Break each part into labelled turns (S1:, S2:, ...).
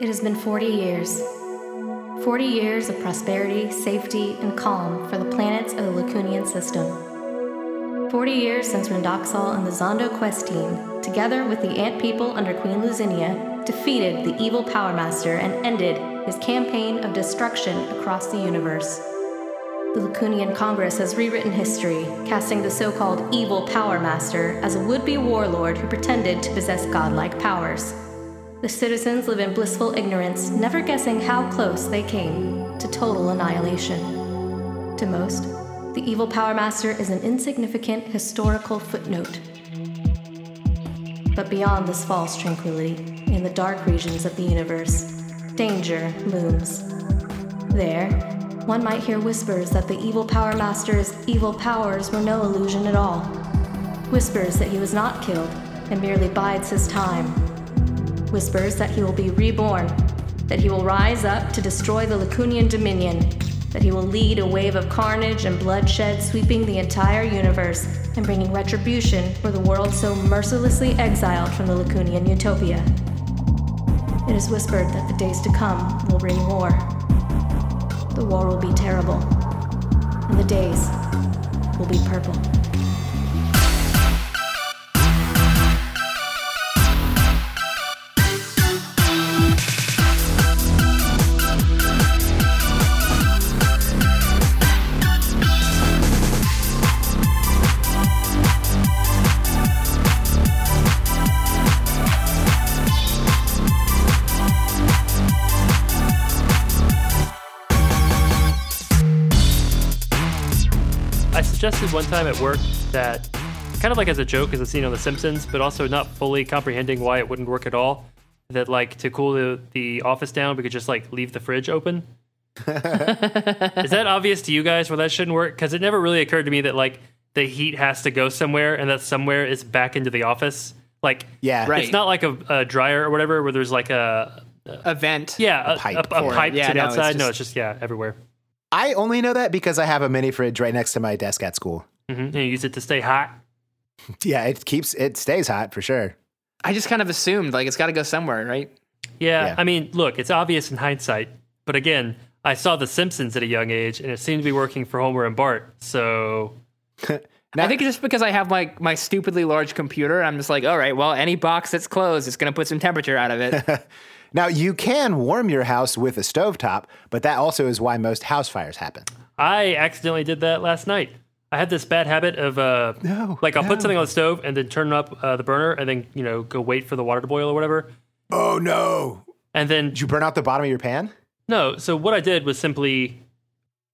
S1: It has been 40 years. 40 years of prosperity, safety, and calm for the planets of the Lacunian system. 40 years since Rendoxal and the Zondo quest team, together with the Ant People under Queen Luzinia, defeated the evil Power Master and ended his campaign of destruction across the universe. The Lacunian Congress has rewritten history, casting the so called evil Power Master as a would be warlord who pretended to possess godlike powers. The citizens live in blissful ignorance, never guessing how close they came to total annihilation. To most, the evil Power Master is an insignificant historical footnote. But beyond this false tranquility, in the dark regions of the universe, danger looms. There, one might hear whispers that the evil Power Master's evil powers were no illusion at all. Whispers that he was not killed and merely bides his time. Whispers that he will be reborn, that he will rise up to destroy the Lacunian Dominion, that he will lead a wave of carnage and bloodshed sweeping the entire universe and bringing retribution for the world so mercilessly exiled from the Lacunian Utopia. It is whispered that the days to come will bring war the war will be terrible, and the days will be purple.
S2: suggested one time at work that, kind of like as a joke, as a scene on The Simpsons, but also not fully comprehending why it wouldn't work at all. That like to cool the, the office down, we could just like leave the fridge open. Is that obvious to you guys where that shouldn't work? Because it never really occurred to me that like the heat has to go somewhere, and that somewhere is back into the office. Like
S3: yeah,
S2: right. It's not like a, a dryer or whatever where there's like a,
S4: a, a vent.
S2: Yeah, a, a pipe, a, pipe yeah, to the no, outside. It's just, no, it's just yeah, everywhere.
S3: I only know that because I have a mini fridge right next to my desk at school.
S2: Mm-hmm. And you use it to stay hot.
S3: yeah, it keeps it stays hot for sure.
S4: I just kind of assumed like it's got to go somewhere, right?
S2: Yeah, yeah, I mean, look, it's obvious in hindsight, but again, I saw The Simpsons at a young age, and it seemed to be working for Homer and Bart. So,
S4: now, I think just because I have my my stupidly large computer, I'm just like, all right, well, any box that's closed, it's going to put some temperature out of it.
S3: Now, you can warm your house with a stovetop, but that also is why most house fires happen.
S2: I accidentally did that last night. I had this bad habit of, uh, no, like, I'll no. put something on the stove and then turn up uh, the burner and then, you know, go wait for the water to boil or whatever.
S3: Oh, no.
S2: And then.
S3: Did you burn out the bottom of your pan?
S2: No. So, what I did was simply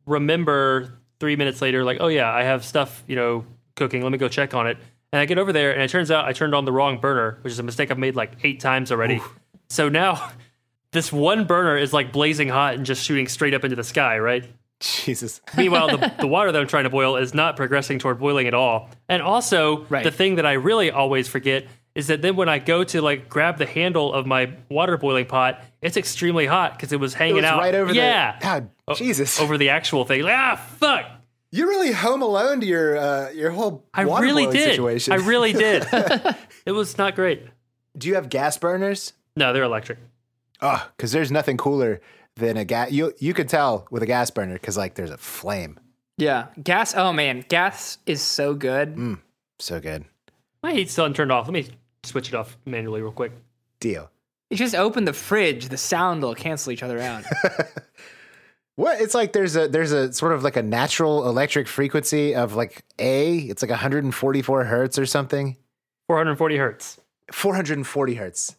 S2: remember three minutes later, like, oh, yeah, I have stuff, you know, cooking. Let me go check on it. And I get over there and it turns out I turned on the wrong burner, which is a mistake I've made like eight times already. Oof. So now this one burner is like blazing hot and just shooting straight up into the sky, right?
S3: Jesus.
S2: Meanwhile, the, the, water that I'm trying to boil is not progressing toward boiling at all. And also, right. the thing that I really always forget is that then when I go to like grab the handle of my water boiling pot, it's extremely hot because it was hanging it was out
S3: right over
S2: yeah,
S3: the, God,
S2: o-
S3: Jesus,
S2: over the actual thing. Like, ah, fuck.
S3: You're really home alone to your uh, your whole
S2: I
S3: water
S2: really
S3: boiling
S2: did.
S3: situation.
S2: I really did. it was not great.
S3: Do you have gas burners?
S2: No, they're electric.
S3: Oh, because there's nothing cooler than a gas. You you could tell with a gas burner because like there's a flame.
S4: Yeah, gas. Oh man, gas is so good.
S3: Mm, so good.
S2: My heat's still turned off. Let me switch it off manually real quick.
S3: Deal.
S4: You just open the fridge. The sound will cancel each other out.
S3: what it's like there's a there's a sort of like a natural electric frequency of like a it's like 144 hertz or something
S2: 440 hertz
S3: 440 hertz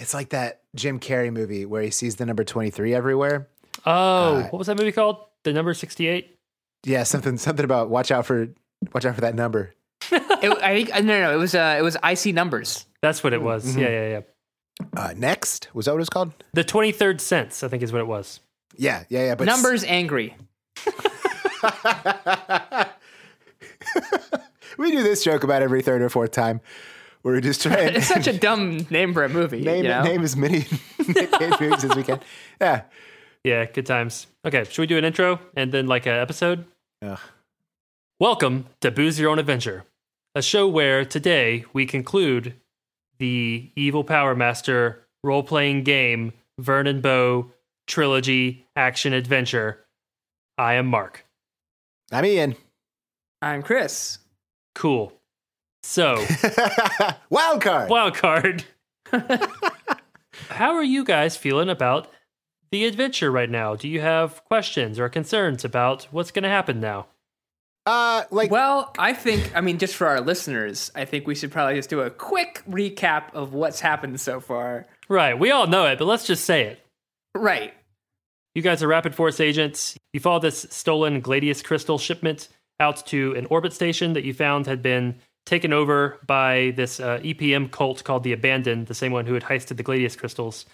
S3: it's like that Jim Carrey movie where he sees the number 23 everywhere.
S2: Oh, uh, what was that movie called? The number 68?
S3: Yeah, something something about watch out for watch out for that number.
S4: it, I think no, no, it was uh, it was icy numbers.
S2: That's what it was. Mm-hmm. Yeah, yeah,
S3: yeah. Uh, next was that what it was called?
S2: The 23rd sense, I think, is what it was.
S3: Yeah, yeah, yeah. But
S4: numbers s- angry.
S3: we do this joke about every third or fourth time. We're just trying.
S4: it's such a dumb name for a movie.
S3: Name,
S4: you know?
S3: name as many Nick Cage movies as we can. Yeah.
S2: Yeah. Good times. Okay. Should we do an intro and then like an episode?
S3: Ugh.
S2: Welcome to Booze Your Own Adventure, a show where today we conclude the Evil Power Master role playing game Vernon Bow trilogy action adventure. I am Mark.
S3: I'm Ian.
S4: I'm Chris.
S2: Cool. So,
S3: Wild card.
S2: wild card. How are you guys feeling about the adventure right now? Do you have questions or concerns about what's going to happen now?
S3: Uh, like
S4: Well, I think, I mean, just for our listeners, I think we should probably just do a quick recap of what's happened so far.
S2: Right, we all know it, but let's just say it.
S4: Right.
S2: You guys are Rapid Force agents. You follow this stolen Gladius crystal shipment out to an orbit station that you found had been taken over by this uh, EPM cult called the Abandoned, the same one who had heisted the Gladius crystals.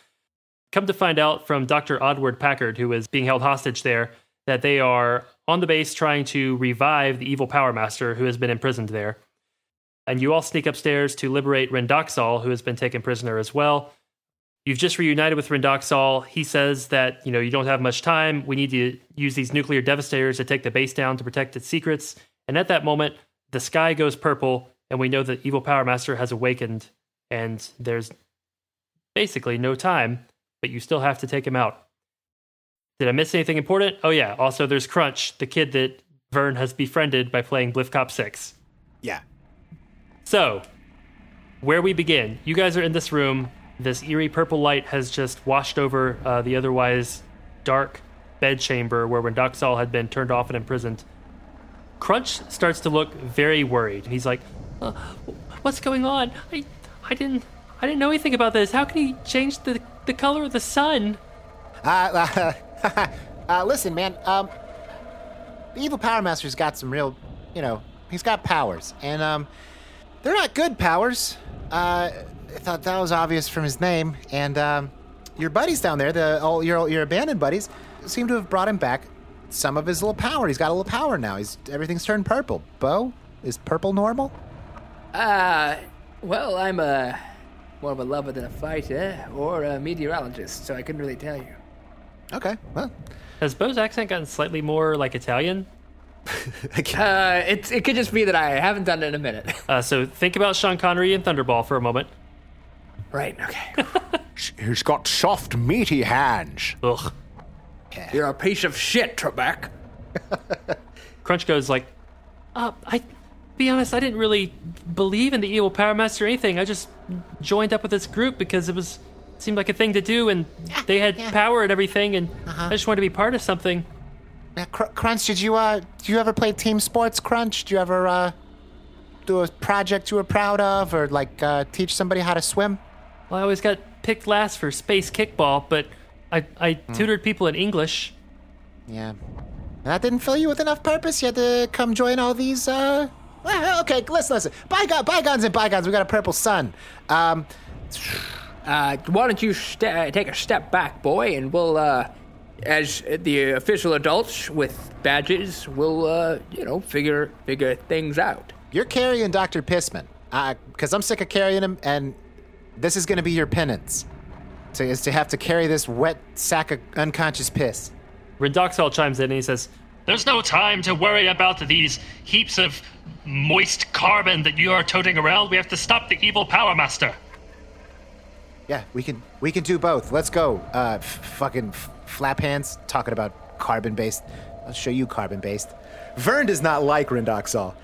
S2: Come to find out from Dr. Odward Packard, who is being held hostage there, that they are on the base trying to revive the evil Power Master who has been imprisoned there. And you all sneak upstairs to liberate Rendoxal, who has been taken prisoner as well you've just reunited with Rendoxal. He says that, you know, you don't have much time. We need to use these nuclear devastators to take the base down to protect its secrets. And at that moment, the sky goes purple, and we know that evil Power Master has awakened, and there's basically no time, but you still have to take him out. Did I miss anything important? Oh yeah. Also there's Crunch, the kid that Vern has befriended by playing Bliff Cop 6.
S3: yeah.
S2: So, where we begin, you guys are in this room. This eerie purple light has just washed over uh, the otherwise dark bedchamber where Rendoxal had been turned off and imprisoned. Crunch starts to look very worried. He's like, uh, "What's going on? I, I didn't, I didn't know anything about this. How can he change the the color of the sun?"
S3: Uh, uh, uh, listen, man. Um, the evil Power Master's got some real, you know, he's got powers, and um, they're not good powers. Uh, I thought that was obvious from his name, and um, your buddies down there, the all your your abandoned buddies, seem to have brought him back some of his little power. He's got a little power now. He's everything's turned purple. Bo is purple normal?
S4: Uh, well, I'm a more of a lover than a fighter or a meteorologist, so I couldn't really tell you.
S3: Okay, well,
S2: Has Bo's accent gotten slightly more like Italian?
S4: Uh, it's, it could just be that I haven't done it in a minute.
S2: Uh, so think about Sean Connery and Thunderball for a moment.
S4: right, okay.
S3: he's got soft, meaty hands.
S2: Ugh.
S4: You're a piece of shit, Trebek.
S2: Crunch goes like, uh, I, be honest, I didn't really believe in the evil Power Master or anything. I just joined up with this group because it was seemed like a thing to do, and they had power and everything, and I just wanted to be part of something.
S3: Now, Cr- Crunch, did you uh, do you ever play team sports? Crunch, do you ever uh, do a project you were proud of, or like uh, teach somebody how to swim?
S2: Well, I always got picked last for space kickball, but I I tutored people in English.
S3: Yeah, that didn't fill you with enough purpose. You had to come join all these. Uh... well, Okay, listen, listen. Bygone, bygones and bygones. We got a purple sun. Um,
S4: Uh, why don't you ste- uh, take a step back, boy, and we'll, uh, as the official adults with badges, we'll, uh, you know, figure figure things out.
S3: you're carrying Doctor Pissman, because I'm sick of carrying him, and this is going to be your penance. To, is to have to carry this wet sack of unconscious piss.
S2: Rendoxal chimes in and he says, "There's no time to worry about these heaps of moist carbon that you are toting around. We have to stop the evil Power Master."
S3: Yeah, we can we can do both. Let's go. Uh, f- fucking f- flap hands talking about carbon based. I'll show you carbon based. Vern does not like Rindoxal.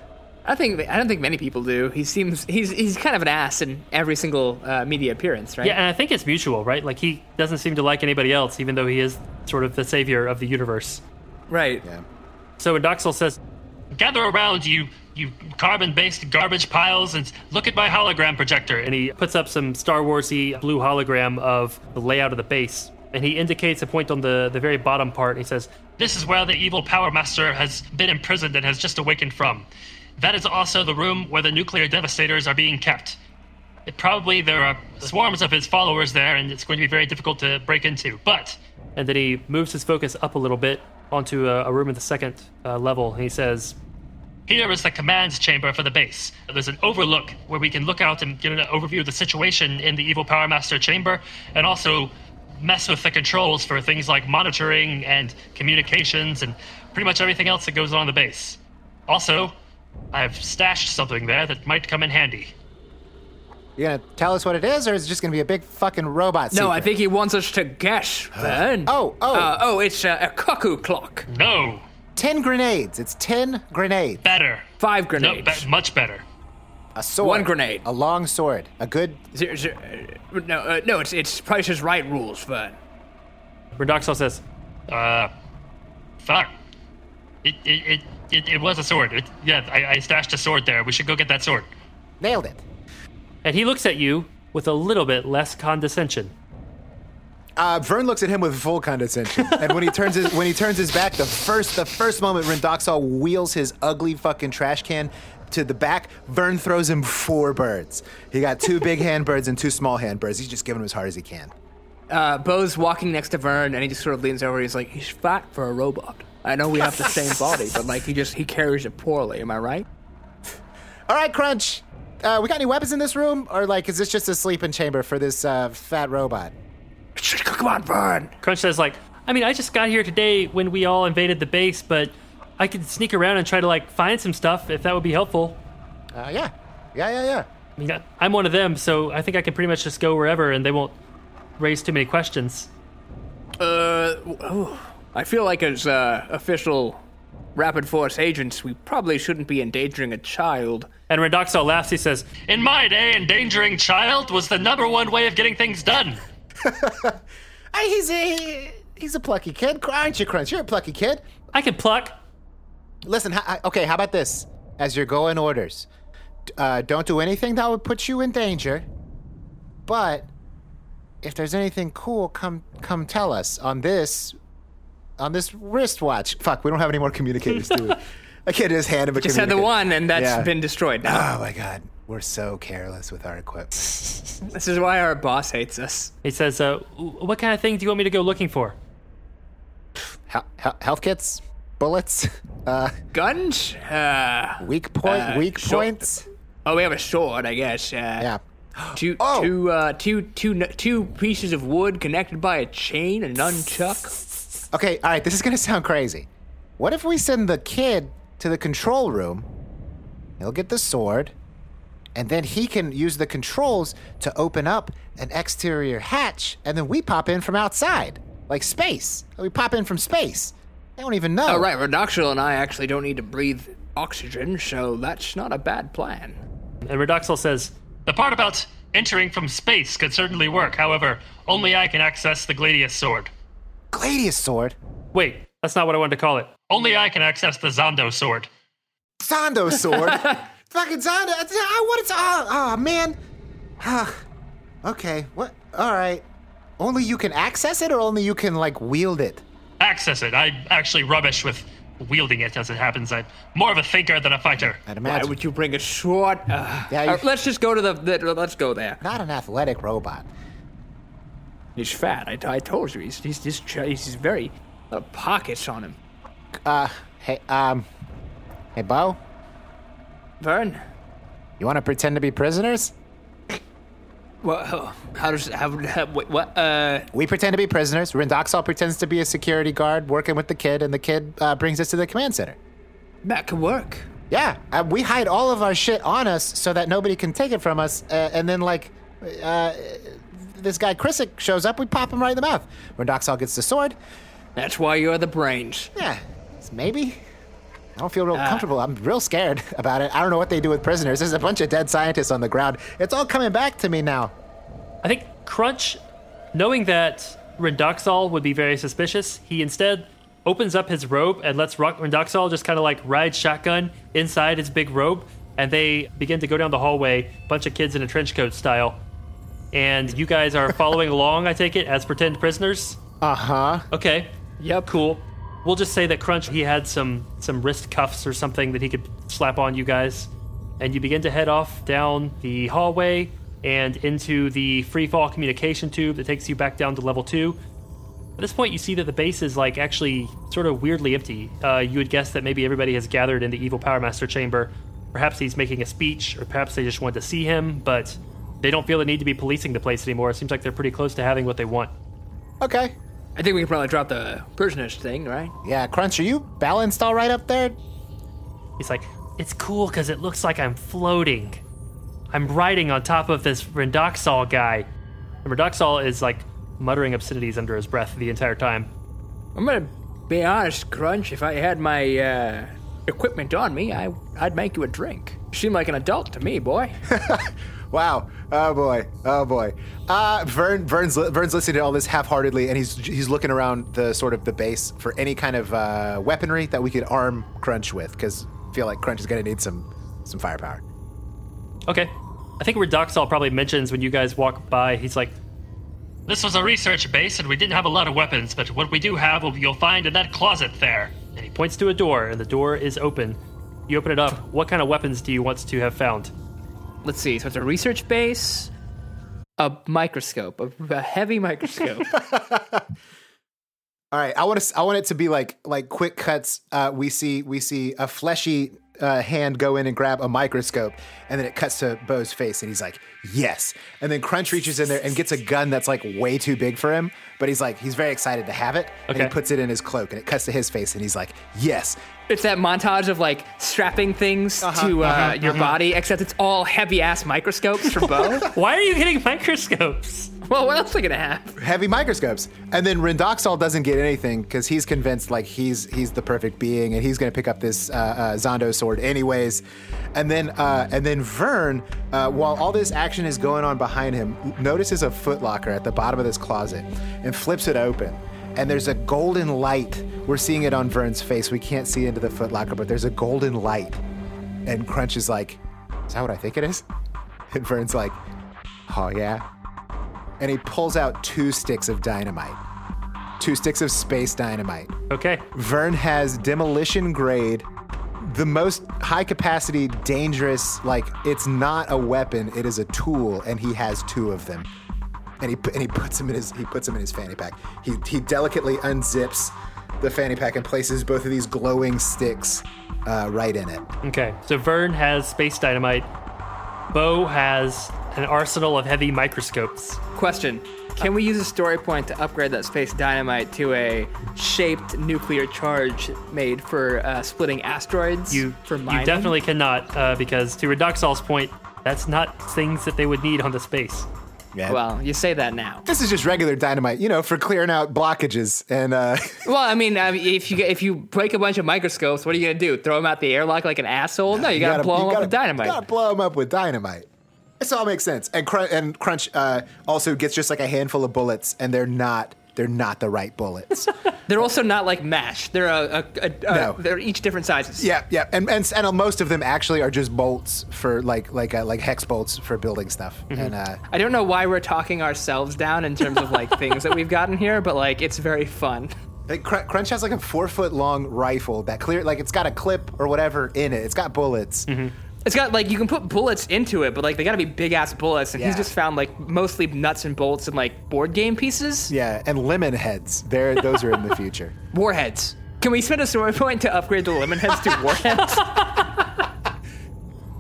S4: I think I don't think many people do. He seems he's he's kind of an ass in every single uh, media appearance, right?
S2: Yeah, and I think it's mutual, right? Like he doesn't seem to like anybody else, even though he is sort of the savior of the universe.
S4: right.
S3: Yeah.
S2: So Doxel says, "Gather around, you you carbon-based garbage piles, and look at my hologram projector." And he puts up some Star Warsy blue hologram of the layout of the base, and he indicates a point on the the very bottom part. And he says, "This is where the evil Power Master has been imprisoned and has just awakened from. That is also the room where the nuclear devastators are being kept." It probably there are swarms of his followers there, and it's going to be very difficult to break into. But and then he moves his focus up a little bit onto a, a room at the second uh, level. He says, "Here is the commands chamber for the base. There's an overlook where we can look out and get an overview of the situation in the evil Power Master chamber, and also." Mess with the controls for things like monitoring and communications and pretty much everything else that goes on in the base. Also, I've stashed something there that might come in handy.
S3: You gonna tell us what it is, or is it just gonna be a big fucking robot?
S4: No, I
S3: secret?
S4: think he wants us to guess, Vern.
S3: Oh, oh.
S4: Uh, oh, it's uh, a cuckoo clock.
S2: Mm-hmm.
S5: No,
S3: ten grenades. It's ten grenades.
S5: better.
S4: Five
S5: No,
S4: grenades.
S5: be- much better.
S3: A sword.
S4: One grenade.
S3: A long sword. A good.
S4: Zero- zero- uh, no, uh, no, it's it's Price is Right rules, Vern.
S2: Redoxel says,
S5: Uh, fuck. It it, it, it, it was a sword. It, yeah, I, I stashed a sword there. We should go get that sword.
S3: Nailed it.
S2: and he looks at you with a little bit less condescension.
S3: Uh, Vern looks at him with full condescension, and when he turns his when he turns his back, the first the first moment Rendoxal wheels his ugly fucking trash can to the back, Vern throws him four birds. He got two big hand birds and two small hand birds. He's just giving him as hard as he can.
S4: Uh, Bo's walking next to Vern, and he just sort of leans over. He's like, he's fat for a robot. I know we have the same body, but like he just he carries it poorly. Am I right?
S3: All right, Crunch. Uh, we got any weapons in this room, or like is this just a sleeping chamber for this uh, fat robot?
S4: Come on, Vern.
S2: Crunch says, like, I mean, I just got here today when we all invaded the base, but I could sneak around and try to like find some stuff if that would be helpful.
S3: Uh, yeah, yeah, yeah, yeah.
S2: I mean, I- I'm one of them, so I think I can pretty much just go wherever, and they won't raise too many questions.
S4: Uh, oh, I feel like as uh, official rapid force agents, we probably shouldn't be endangering a child.
S2: And Redoxel laughs. He says,
S5: In my day, endangering child was the number one way of getting things done.
S3: Hey, he's a he's a plucky kid, aren't you, Crunch? You're a plucky kid.
S2: "I can pluck."
S3: Listen, h- h- okay, how about this? As your going orders, d- uh, don't do anything that would put you in danger. But if there's anything cool, come come tell us on this on this wristwatch. Fuck, we don't have any more communicators, do we? I can't just hand him a
S4: Just had the
S3: communicator.
S4: one, and that's
S3: Yeah.
S4: been destroyed now.
S3: Oh my god, we're so careless with our equipment.
S4: This is why our boss hates us.
S2: He says, uh, "What kind of thing do you want me to go looking for?"
S3: He- he- health kits, bullets, uh,
S4: Guns? Uh,
S3: weak point,
S4: Uh,
S3: weak
S4: sure.
S3: points.
S4: oh, we have a sword, I guess. Uh,
S3: Yeah.
S4: Two,
S3: Oh!
S4: two, uh, two, two, two pieces of wood connected by a chain and nunchuck.
S3: Okay, all right, this is going to sound crazy. What if we send the kid to the control room? He'll get the sword, and then he can use the controls to open up an exterior hatch, and then we pop in from outside, like space. We pop in from space. They don't even know.
S4: Oh, right. Redoxil and I actually don't need to breathe oxygen, so that's not a bad plan.
S2: And Redoxel says,
S5: The part about entering from space could certainly work. However, only I can access the Gladius sword.
S3: Gladius sword.
S2: "Wait, that's not what I wanted to call it."
S5: Only I can access the Zondo sword.
S3: Zondo sword. Fucking Zondo. I- I want to. Oh, oh man. Huh. okay. What? All right. Only you can access it, or only you can like wield it.
S5: Access it. I'm actually rubbish with wielding it as it happens. I'm more of a thinker than a fighter.
S3: I'd
S4: Why
S3: imagine.
S4: would you bring a sword? Uh,
S3: Yeah, you-
S4: uh, let's just go to the, the. Let's go there.
S3: Not an athletic robot.
S4: He's fat. I, I told you. He's he's he's, ch- he's he's very uh, pockets on him.
S3: Uh, hey, um, hey, Bo.
S4: Vern,
S3: You want to pretend to be prisoners?
S4: what? oh, How does how, how wait, what? Uh,
S3: We pretend to be prisoners. Rindoxal pretends to be a security guard working with the kid, and the kid uh, brings us to the command center.
S4: that could work.
S3: Yeah, uh, we hide all of our shit on us so that nobody can take it from us. Uh, and then, like, uh, this guy Krissick shows up, we pop him right in the mouth. Rindoxal gets the sword.
S4: That's why you're the brains.
S3: Yeah, it's maybe. I don't feel real comfortable. I'm real scared about it. I don't know what they do with prisoners. There's a bunch of dead scientists on the ground. It's all coming back to me now.
S2: I think Crunch, knowing that Rendoxal would be very suspicious, he instead opens up his robe and lets Rock Rendoxal just kind of like ride shotgun inside his big robe, and they begin to go down the hallway, bunch of kids in a trench coat style. And you guys are following along, I take it, as pretend prisoners.
S3: Uh huh.
S2: Okay. Yep. Cool. We'll just say that Crunch he had some some wrist cuffs or something that he could slap on you guys, and you begin to head off down the hallway and into the free fall communication tube that takes you back down to level two. At this point, you see that the base is like actually sort of weirdly empty. Uh, you would guess that maybe everybody has gathered in the evil Power Master chamber. Perhaps he's making a speech, or perhaps they just want to see him, but they don't feel the need to be policing the place anymore. It seems like they're pretty close to having what they want.
S3: Okay.
S4: I think we can probably drop the prisoners thing, right?
S3: Yeah, Crunch, are you balanced all right up there?
S2: He's like, it's cool because it looks like I'm floating. I'm riding on top of this Rendoxol guy. And Rendoxol is like muttering obscenities under his breath the entire time.
S4: I'm gonna be honest, Crunch. If I had my uh, equipment on me, I, I'd make you a drink. You seem like an adult to me, boy.
S3: Wow. Oh boy. Oh boy. Uh, Vern, Vern's, li- Vern's listening to all this half-heartedly, and he's he's looking around the sort of the base for any kind of uh, weaponry that we could arm Crunch with, because feel like Crunch is gonna need some some firepower.
S2: Okay. I think Redoxol probably mentions when you guys walk by, he's like,
S6: This was a research base, and we didn't have a lot of weapons, but what we do have, will- you'll find in that closet there. And he points.
S2: points to a door, and the door is open. You open it up. What kind of weapons do you want to have found?
S4: Let's see. So it's a research base, a microscope, a, a heavy microscope.
S3: All right, I want to. I want it to be like like quick cuts. Uh, we see we see a fleshy uh, hand go in and grab a microscope, and then it cuts to Bo's face, and he's like, "Yes." And then Crunch reaches in there and gets a gun that's like way too big for him, but he's like, he's very excited to have it, and he
S2: Okay.
S3: puts it in his cloak, and it cuts to his face, and he's like, "Yes."
S4: it's that montage of like strapping things to uh, your body, except it's all heavy ass microscopes for Bo.
S2: Why are you getting microscopes?
S4: well, what else are they gonna have?
S3: Heavy microscopes, and then Rendoxol doesn't get anything because he's convinced like he's he's the perfect being, and he's going to pick up this uh, uh, Zondo sword anyways. And then uh, and then Vern, uh, while all this action is going on behind him, notices a footlocker at the bottom of this closet and flips it open. And there's a golden light. We're seeing it on Vern's face. We can't see into the footlocker, but there's a golden light. And Crunch is like, "Is that what I think it is?" And Vern's like, "Oh yeah." and he pulls out two sticks of dynamite. Two sticks of space dynamite.
S2: Okay.
S3: Vern has demolition grade, the most high capacity, dangerous, like it's not a weapon, it is a tool, and he has two of them. And he, pu- and he puts them in his he puts them in his fanny pack. He, he delicately unzips the fanny pack and places both of these glowing sticks uh, right in it.
S2: Okay. So Vern has space dynamite. Bo has an arsenal of heavy microscopes.
S4: Question: Can we use a story point to upgrade that space dynamite to a shaped nuclear charge made for uh, splitting asteroids?
S2: You,
S4: for
S2: you
S4: mining?
S2: definitely cannot, uh, because to Redoxol's point, that's not things that they would need on the space.
S3: Yeah.
S4: Well, you say that now.
S3: this is just regular dynamite, you know, for clearing out blockages and uh,
S4: Well, I mean, I mean, if you if you break a bunch of microscopes, what are you gonna do? Throw them out the airlock like an asshole? No, you gotta, blow them
S3: you
S4: up with dynamite.
S3: You gotta blow them up with dynamite. This all makes sense. And Crunch, and Crunch uh, also gets just like a handful of bullets, and they're not they're not the right bullets.
S4: They're also not like mash. They're a, a, a, a
S3: No.
S4: they're each different sizes.
S3: yeah, yeah, and, and and most of them actually are just bolts for like like uh, like hex bolts for building stuff.
S4: Mm-hmm.
S3: And uh,
S4: I don't know why we're talking ourselves down in terms of like things that we've gotten here, but like it's very fun.
S3: like, Cr- Crunch has like a four foot long rifle that clear like it's got a clip or whatever in it. It's got bullets.
S4: Mm-hmm. It's got like you can put bullets into it, but like they gotta be big ass bullets. And he's
S3: Yeah.
S4: just found like mostly nuts and bolts and like board game pieces,
S3: Yeah, and lemon heads. There, those are in the future.
S4: warheads. Can we spend a story point to upgrade the lemon heads to warheads?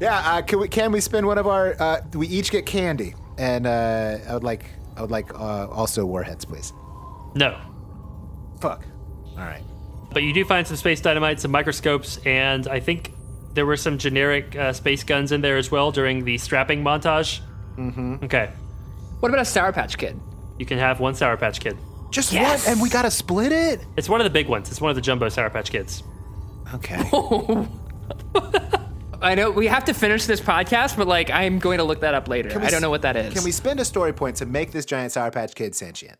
S3: Yeah, uh, can we can we spend one of our? Uh, we each get candy, and uh, I would like I would like uh, also warheads, please.
S2: No.
S3: Fuck. All right.
S2: But you do find some space dynamite, some microscopes, and I think there were some generic uh, space guns in there as well during the strapping montage. Mm-hmm. Okay.
S4: what about a Sour Patch Kid?
S2: You can have one Sour Patch Kid.
S3: Just
S4: Yes!
S3: one, and we gotta split it.
S2: It's one of the big ones. It's one of the jumbo Sour Patch Kids.
S3: Okay.
S4: I know we have to finish this podcast, but like I'm going to look that up later.
S3: we
S4: I don't know
S3: s-
S4: what that is.
S3: Can we spend a story point to make this giant Sour Patch Kid sentient?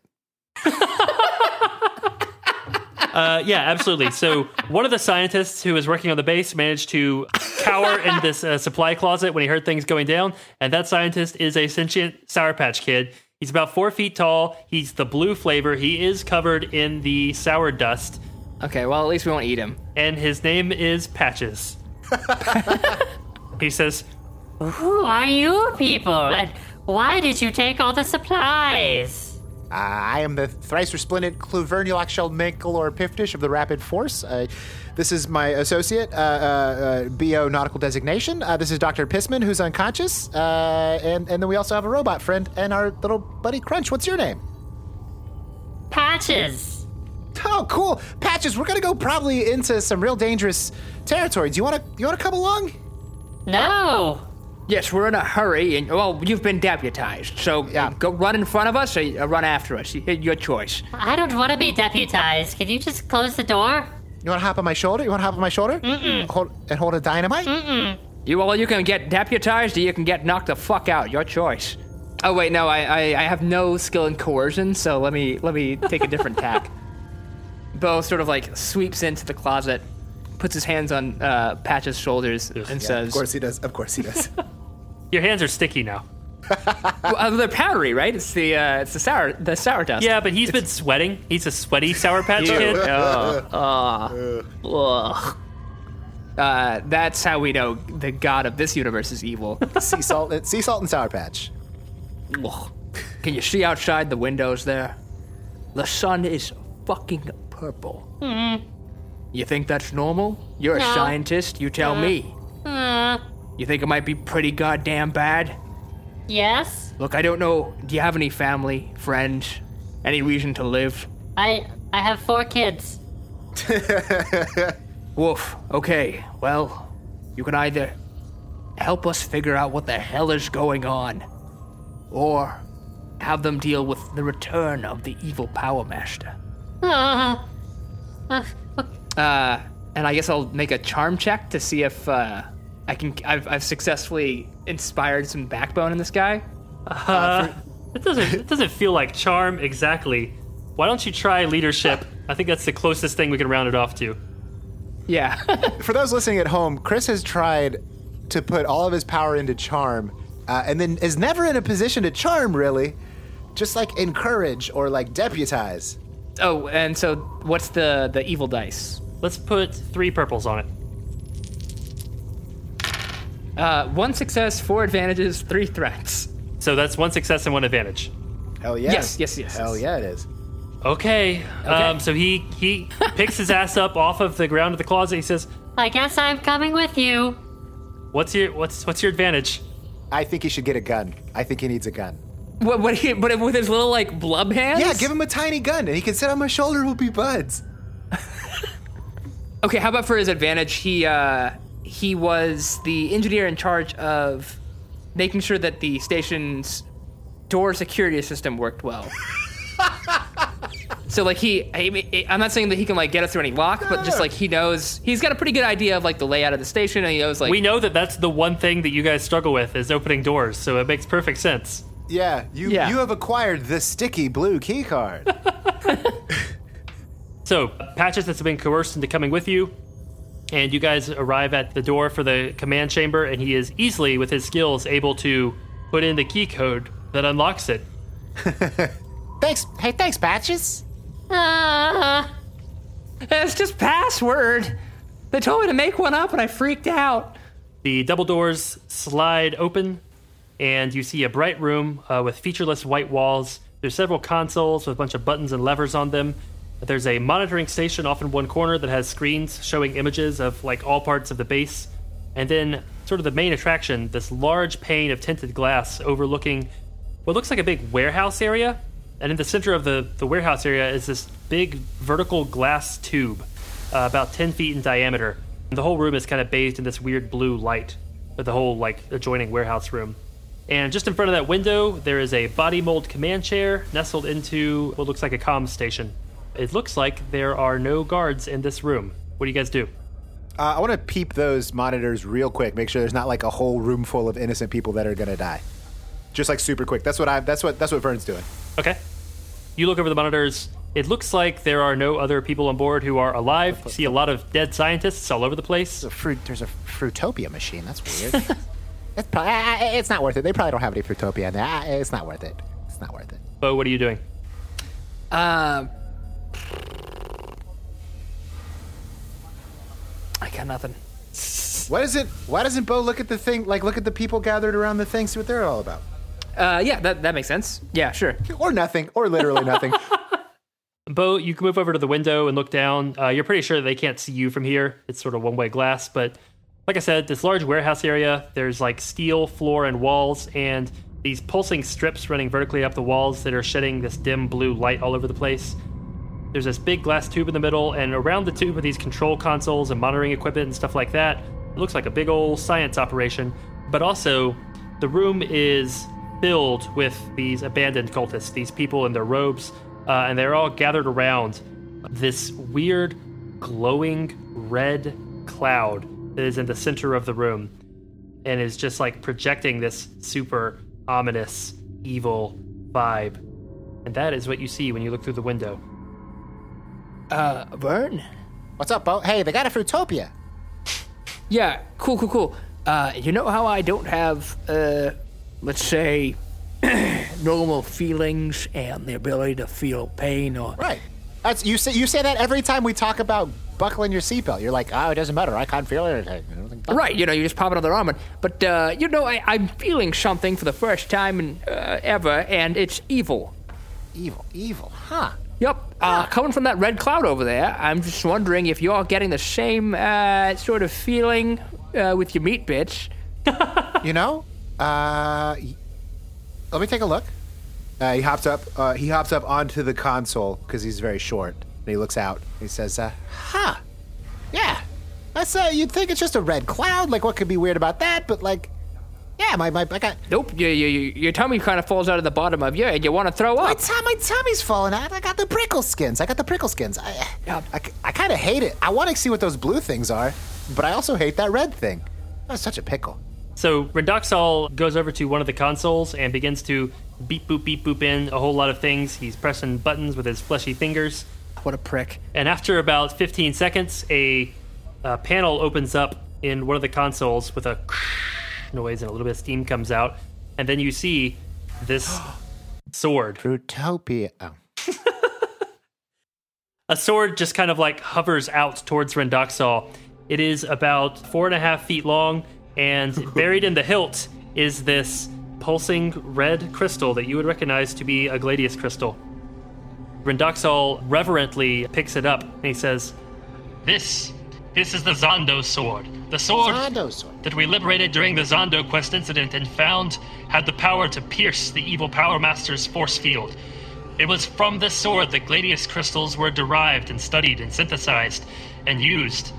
S2: Uh, yeah, absolutely. So one of the scientists who was working on the base managed to cower in this uh, supply closet when he heard things going down, and that scientist is a sentient Sour Patch Kid. He's about four feet tall. He's the blue flavor. He is covered in the sour dust,
S4: Okay, well at least we won't eat him.
S2: and his name is Patches. he says,
S7: Who are you people? And why did you take all the supplies?
S3: Uh, I am the thrice resplendent Cluvernulock shelled Mankle or Piftish of the Rapid Force. Uh, this is my associate, uh, uh, uh, BO nautical designation. Uh, this is Dr. Pissman, who's unconscious. Uh, and, and then we also have a robot friend and our little buddy Crunch. What's your name?
S7: Patches.
S3: Oh, cool. Patches, we're going to go probably into some real dangerous territory. Do you want to you wanna come along?
S7: No.
S4: Yes, we're in a hurry, and well, you've been deputized, so
S3: Yeah.
S4: go run in front of us or uh, run after us. Y- Your choice.
S7: I don't want to be deputized. Can you just close the door?
S3: You want to hop on my shoulder? You want to hop on my shoulder? Hold, and hold a dynamite?
S4: You well, you can get deputized, or you can get knocked the fuck out. Your choice. Oh wait, no, I, I, I have no skill in coercion, so let me let me take a different tack. Bo sort of like sweeps into the closet, puts his hands on uh, Patch's shoulders, and says,
S3: Of course he does. Of course he does.
S2: Your hands are sticky now.
S4: well, uh, "They're powdery, right? It's the uh, it's the sour the sour dust."
S2: Yeah, but he's been sweating. He's a sweaty Sour Patch Kid.
S4: Ugh. Uh, that's how we know the god of this universe is evil.
S3: sea salt, and- sea salt and sour patch.
S4: Ugh. Can you see outside the windows there? The sun is fucking purple. You think that's normal? You're a
S7: Mm-hmm. No.
S4: scientist, you tell me.
S7: Uh,
S4: You think it might be pretty goddamn bad?
S7: yes.
S4: Look, I don't know. Do you have any family, friends, any reason to live?
S7: I I have four kids.
S4: Woof. Okay, well, you can either help us figure out what the hell is going on, or have them deal with the return of the evil Power Master.
S7: Uh,
S4: Uh, and I guess I'll make a charm check to see if uh, I can. I've, I've successfully inspired some backbone in this guy.
S2: Uh, It doesn't it doesn't feel like charm exactly. Why don't you try leadership? I think that's the closest thing we can round it off to.
S4: Yeah.
S3: For those listening at home, Chris has tried to put all of his power into charm, uh, and then is never in a position to charm really, just like encourage or like deputize.
S4: oh, and so what's the the evil dice?
S2: Let's put three purples on it.
S4: Uh, one success, four advantages, three threats.
S2: So that's one success and one advantage.
S3: Hell yeah.
S4: Yes, yes, yes,
S3: Hell
S4: yes.
S3: yeah, it is.
S2: Okay. Um, so he he picks his ass up off of the ground of the closet. He says,
S7: I guess I'm coming with you.
S2: "What's your what's what's your advantage?"
S3: I think he should get a gun. I think he needs a gun.
S4: What? What? He, but with his little like blub hands.
S3: Yeah, give him a tiny gun, and he can sit on my shoulder. We'll be buds.
S4: Okay, how about for his advantage? He uh, he was the engineer in charge of making sure that the station's door security system worked well. so like he, I, I'm not saying that he can like get us through any lock, but just like he knows he's got a pretty good idea of like the layout of the station, and he knows like
S2: We know that that's the one thing that you guys struggle with is opening doors. So it makes perfect sense.
S3: Yeah, you
S4: Yeah.
S3: you have acquired the sticky blue key card. Uh,
S2: So, Patches has been coerced into coming with you, and you guys arrive at the door for the command chamber, and he is easily, with his skills, able to put in the key code that unlocks it.
S3: thanks. Hey, thanks, Patches.
S7: Uh,
S4: it's just password. They told me to make one up, and I freaked out.
S2: The double doors slide open, and you see a bright room uh, with featureless white walls. There's several consoles with a bunch of buttons and levers on them. There's a monitoring station off in one corner that has screens showing images of like all parts of the base. And then, sort of the main attraction, this large pane of tinted glass overlooking what looks like a big warehouse area. And in the center of the, the warehouse area is this big vertical glass tube, uh, about 10 feet in diameter. And the whole room is kind of bathed in this weird blue light, but the whole like adjoining warehouse room. And just in front of that window, there is a body mold command chair nestled into what looks like a comm station. It looks like there are no guards in this room. What do you guys do?
S3: Uh, I want to peep those monitors real quick. Make sure there's not like a whole room full of innocent people that are gonna die. Just like super quick. That's what I. That's what. That's what Vern's doing.
S2: Okay. You look over the monitors. It looks like there are no other people on board who are alive. You see a lot of dead scientists all over the place.
S3: a fruit. There's a Fruitopia machine. That's weird. it's, probably, it's not worth it. They probably don't have any Fruitopia in there. Ah, It's not worth it. It's not worth it.
S2: Bo, what are you doing?
S4: Um, I got nothing.
S3: Why doesn't Why doesn't Bo look at the thing? Like look at the people gathered around the thing. See what they're all about.
S4: Uh, yeah, that, that makes sense. Yeah, sure.
S3: Or nothing. Or literally nothing.
S2: Bo, you can move over to the window and look down. Uh, you're pretty sure they can't see you from here. It's sort of one way glass, but like I said, this large warehouse area, there's like steel floor and walls, and these pulsing strips running vertically up the walls that are shedding this dim blue light all over the place. There's this big glass tube in the middle, and around the tube are these control consoles and monitoring equipment and stuff like that. It looks like a big old science operation. But also, the room is filled with these abandoned cultists, these people in their robes, uh, and they're all gathered around this weird, glowing red cloud that is in the center of the room and is just like projecting this super ominous, evil vibe. And that is what you see when you look through the window.
S4: Uh, Vern?
S3: What's up, Bo? Hey, they got a Fruitopia.
S4: Yeah, cool, cool, cool. Uh, you know how I don't have, uh, let's say, normal feelings and the ability to feel pain or.
S3: Right. That's, you say you say that every time we talk about buckling your seatbelt. You're like, oh, it doesn't matter. I can't feel anything. I don't think-
S4: Right, you know, you just pop another arm on. But, uh, you know, I, I'm feeling something for the first time in, uh, ever, and it's evil.
S3: Evil, evil, huh?
S4: Yep. Uh, coming from that red cloud over there, I'm just wondering if you're getting the same uh, sort of feeling uh, with your meat bits.
S3: You know, uh, y- let me take a look.
S8: Uh, he hops up. Uh, he hops up onto the console because he's very short. And he looks out.
S3: He says, uh, huh? Yeah, that's uh, you'd think it's just a red cloud. Like, what could be weird about that? But like, yeah, my my I got
S4: Nope, your, your, your tummy kind of falls out of the bottom of you, and you want to throw
S3: my,
S4: up.
S3: tum- my tummy's falling out. I got the prickle skins. I got the prickle skins. I
S4: Yeah.
S3: I, kind of hate it. I want to see what those blue things are, but I also hate that red thing. That's such a pickle.
S2: So Rendoxal goes over to one of the consoles and begins to beep boop beep boop in a whole lot of things. He's pressing buttons with his fleshy fingers.
S4: What a prick.
S2: And after about 15 seconds, a, uh panel opens up in one of the consoles with a noise and a little bit of steam comes out. And then you see this sword.
S3: Brutopia. Oh.
S2: A sword just kind of like hovers out towards Rendoxal. It is about four and a half feet long, and buried in the hilt is this pulsing red crystal that you would recognize to be a gladius crystal. Rendoxal reverently picks it up and he says,
S9: This, this is the Zondo sword. The sword
S3: Zondo sword.
S9: that we liberated during the Zondo quest incident and found had the power to pierce the evil Power Master's force field. It was from this sword that Gladius crystals were derived and studied and synthesized and used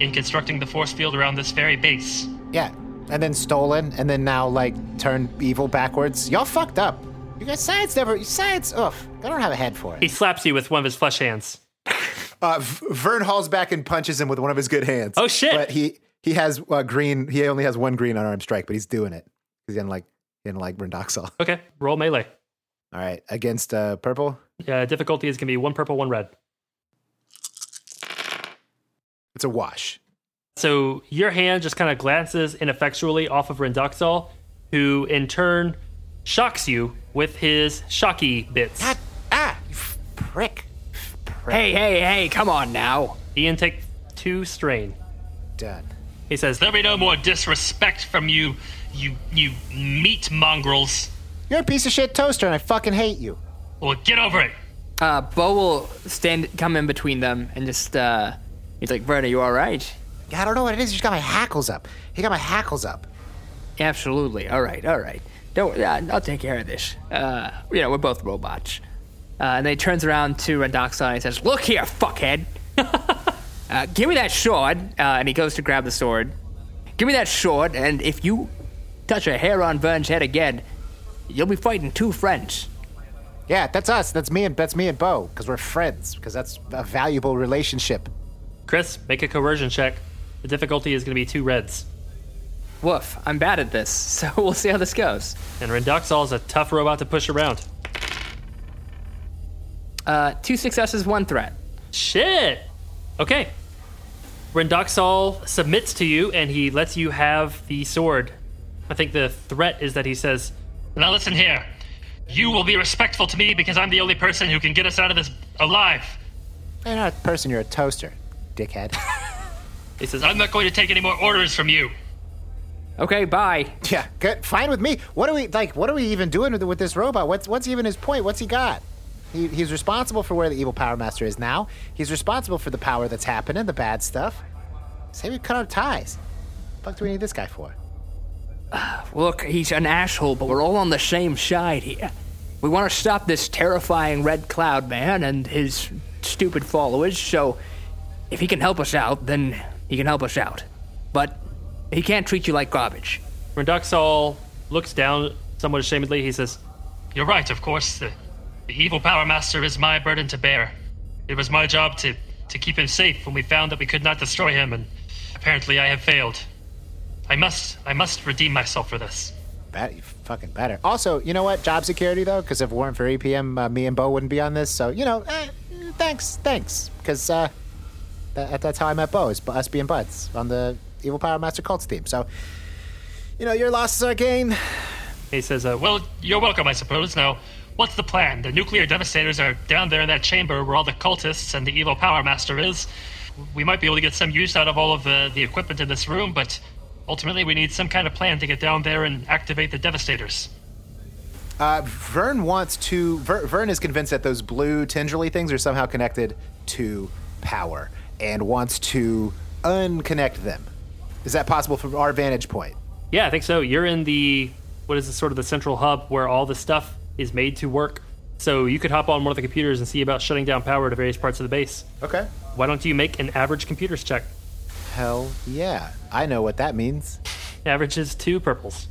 S9: in constructing the force field around this very base.
S3: Yeah, and then stolen, and then now like turned evil backwards. Y'all fucked up. You guys, science never. Science. Ugh, I don't have a head for
S2: He
S3: it.
S2: slaps you with one of his flesh hands.
S8: Uh, v- Vern hauls back and punches him with one of his good hands.
S2: Oh, shit.
S8: But he he has uh, green. He only has one green unarmed strike, but he's doing it. He's in like in like Brindoxal.
S2: Okay, roll melee.
S8: All right, against uh, purple.
S2: Uh, difficulty is going to be one purple, one red.
S8: It's a wash.
S2: So your hand just kind of glances ineffectually off of Rendoxal, who in turn shocks you with his shocky bits.
S3: God, ah, you f- prick. Prick.
S4: Hey, hey, hey, come on now.
S2: Ian, take two strain.
S3: Done.
S2: He says,
S9: There'll be no more disrespect from you, you, you meat mongrels.
S3: You're a piece of shit toaster, and I fucking hate you.
S9: Well, get over it.
S4: Uh, Bo will stand, come in between them, and just, uh, he's like, Vern, are you alright?
S3: I don't know what it is. You just got my hackles up. He got my hackles up.
S4: Absolutely, alright, alright. Don't, wor- uh, I'll take care of this. Uh, you know, we're both robots. Uh, and then he turns around to Rendoxa and he says, Look here, fuckhead. uh, give me that sword. Uh, and he goes to grab the sword. Give me that sword, and if you touch a hair on Vern's head again, you'll be fighting two friends.
S3: Yeah, that's us. That's me and that's me and Bo, because we're friends. Because that's a valuable relationship.
S2: Chris, make a coercion check. The difficulty is going to be two reds.
S4: Woof, I'm bad at this, so we'll see how this goes.
S2: And Rendoxal is a tough robot to push around.
S4: Uh, two successes, one threat.
S2: Shit! Okay. Rendoxal submits to you and he lets you have the sword. I think the threat is that he says,
S9: Now listen here. You will be respectful to me because I'm the only person who can get us out of this alive.
S3: You're not a person. You're a toaster, dickhead.
S2: he says,
S9: I'm not going to take any more orders from you.
S4: Okay, bye.
S3: yeah, good. Fine with me. What are we like? What are we even doing with, with this robot? What's what's even his point? What's he got? He, he's responsible for where the evil power master is now. He's responsible for the power that's happening, the bad stuff. Say we cut our ties. fuck do we need this guy for?
S4: Look, he's an asshole, but we're all on the same side here. We want to stop this terrifying red cloud man and his stupid followers, so if he can help us out, then he can help us out. But he can't treat you like garbage.
S2: When Doxall looks down somewhat ashamedly, he says,
S10: You're right, of course. The, the evil Power Master is my burden to bear. It was my job to, to keep him safe when we found that we could not destroy him, and apparently I have failed. I must, I must redeem myself for this.
S11: Bet you fucking better. Also, you know what? Job security though, because if it weren't for EPM, uh, me and Bo wouldn't be on this. So you know, eh, thanks, thanks, because uh, that, that's how I met Bo. Is us being buds on the Evil Power Master Cults team. So you know, your losses are gain.
S2: he says, uh, well,
S10: Well, you're welcome, I suppose. Now, what's the plan? The nuclear devastators are down there in that chamber where all the cultists and the evil power master is. We might be able to get some use out of all of uh, the, the equipment in this room, but ultimately we need some kind of plan to get down there and activate the devastators.
S3: Uh, Vern wants to. Ver, Vern is convinced that those blue tingely things are somehow connected to power and wants to unconnect them. Is that possible from our vantage point?
S2: yeah, I think so. You're in the, what is this, sort of the central hub where all the stuff is made to work. So you could hop on one of the computers and see about shutting down power to various parts of the base.
S3: Okay.
S2: Why don't you make an average computers check?
S3: Hell yeah. I know what that means.
S2: Average is two purples.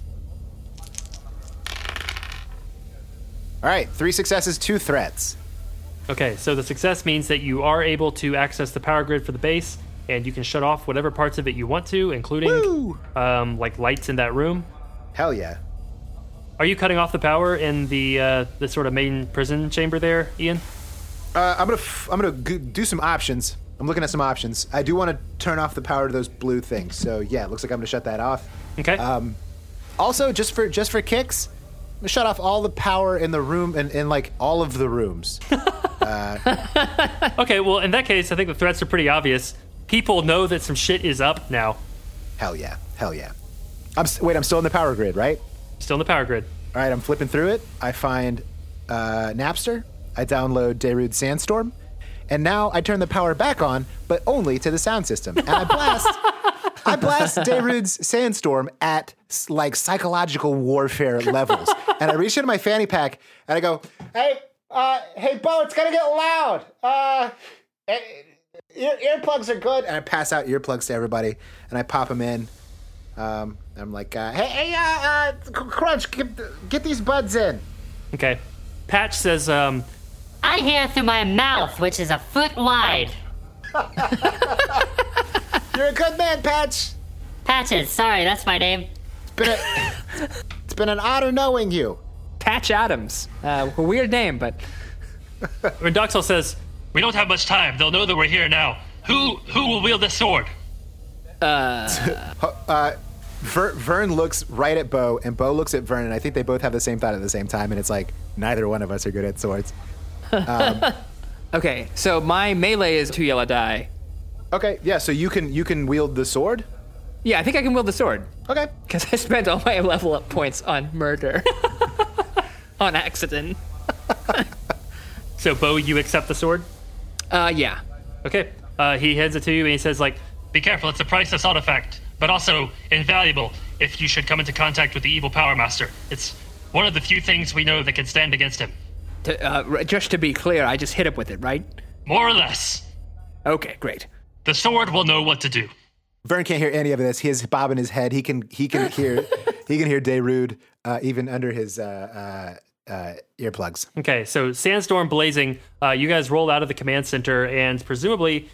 S3: All right, three successes, two threats.
S2: Okay, so the success means that you are able to access the power grid for the base, and you can shut off whatever parts of it you want to, including um, like lights in that room.
S3: Hell yeah.
S2: Are you cutting off the power in the uh, the sort of main prison chamber there, Ian?
S3: Uh, I'm gonna f- I'm gonna g- do some options. I'm looking at some options. I do want to turn off the power to those blue things. So yeah, it looks like I'm gonna shut that off.
S2: Okay.
S3: Um, also, just for just for kicks, I'm gonna shut off all the power in the room and in like all of the rooms.
S2: okay, well, in that case, I think the threats are pretty obvious. People know that some shit is up now.
S3: hell yeah, hell yeah. I'm s- wait, I'm still in the power grid, right?
S2: Still in the power grid.
S3: All right, I'm flipping through it. I find uh, Napster. I download Derude Sandstorm, and now I turn the power back on, but only to the sound system, and I blast. I blast Derude's Sandstorm at s- like psychological warfare levels, and I reach into my fanny pack and I go, "Hey, uh, hey, Bo, it's gonna get loud. Uh, eh, ear- earplugs are good." And I pass out earplugs to everybody, and I pop them in. Um, and I'm like, uh, "Hey, hey, uh, uh, Crunch, get, get these buds in."
S2: Okay. Patch says, um,
S7: I hear through my mouth, which is a foot wide.
S3: You're a good man, Patch.
S7: Patches, sorry, that's my name.
S3: It's been a, it's been an honor knowing you.
S4: Patch Adams. Uh, a weird name, but
S2: when Doxel says,
S10: We don't have much time. They'll know that we're here now. Who who will wield this sword?
S3: Uh, Ver, Vern looks right at Bo, and Bo looks at Vern, and I think they both have the same thought at the same time, and it's like neither one of us are good at swords.
S4: okay. So my melee is two yellow die.
S3: Okay, yeah. So you can you can wield the sword.
S4: Yeah, I think I can wield the sword
S3: Okay.
S4: because I spent all my level up points on murder, on accident.
S2: so, Bo, you accept the sword?
S4: Uh, yeah.
S2: Okay. Uh, he hands it to you and he says, like,
S10: Be careful, it's a priceless artifact, but also invaluable if you should come into contact with the evil Power Master. It's one of the few things we know that can stand against him.
S4: To, uh, r- just to be clear, I just hit him with it, right?
S10: More or less.
S4: Okay, great.
S10: The sword will know what to do.
S3: Vern can't hear any of this. He is bobbing his head. He can he can hear he can hear Derude uh, even under his uh, uh, uh, earplugs.
S2: Okay, so sandstorm blazing. Uh, you guys roll out of the command center and presumably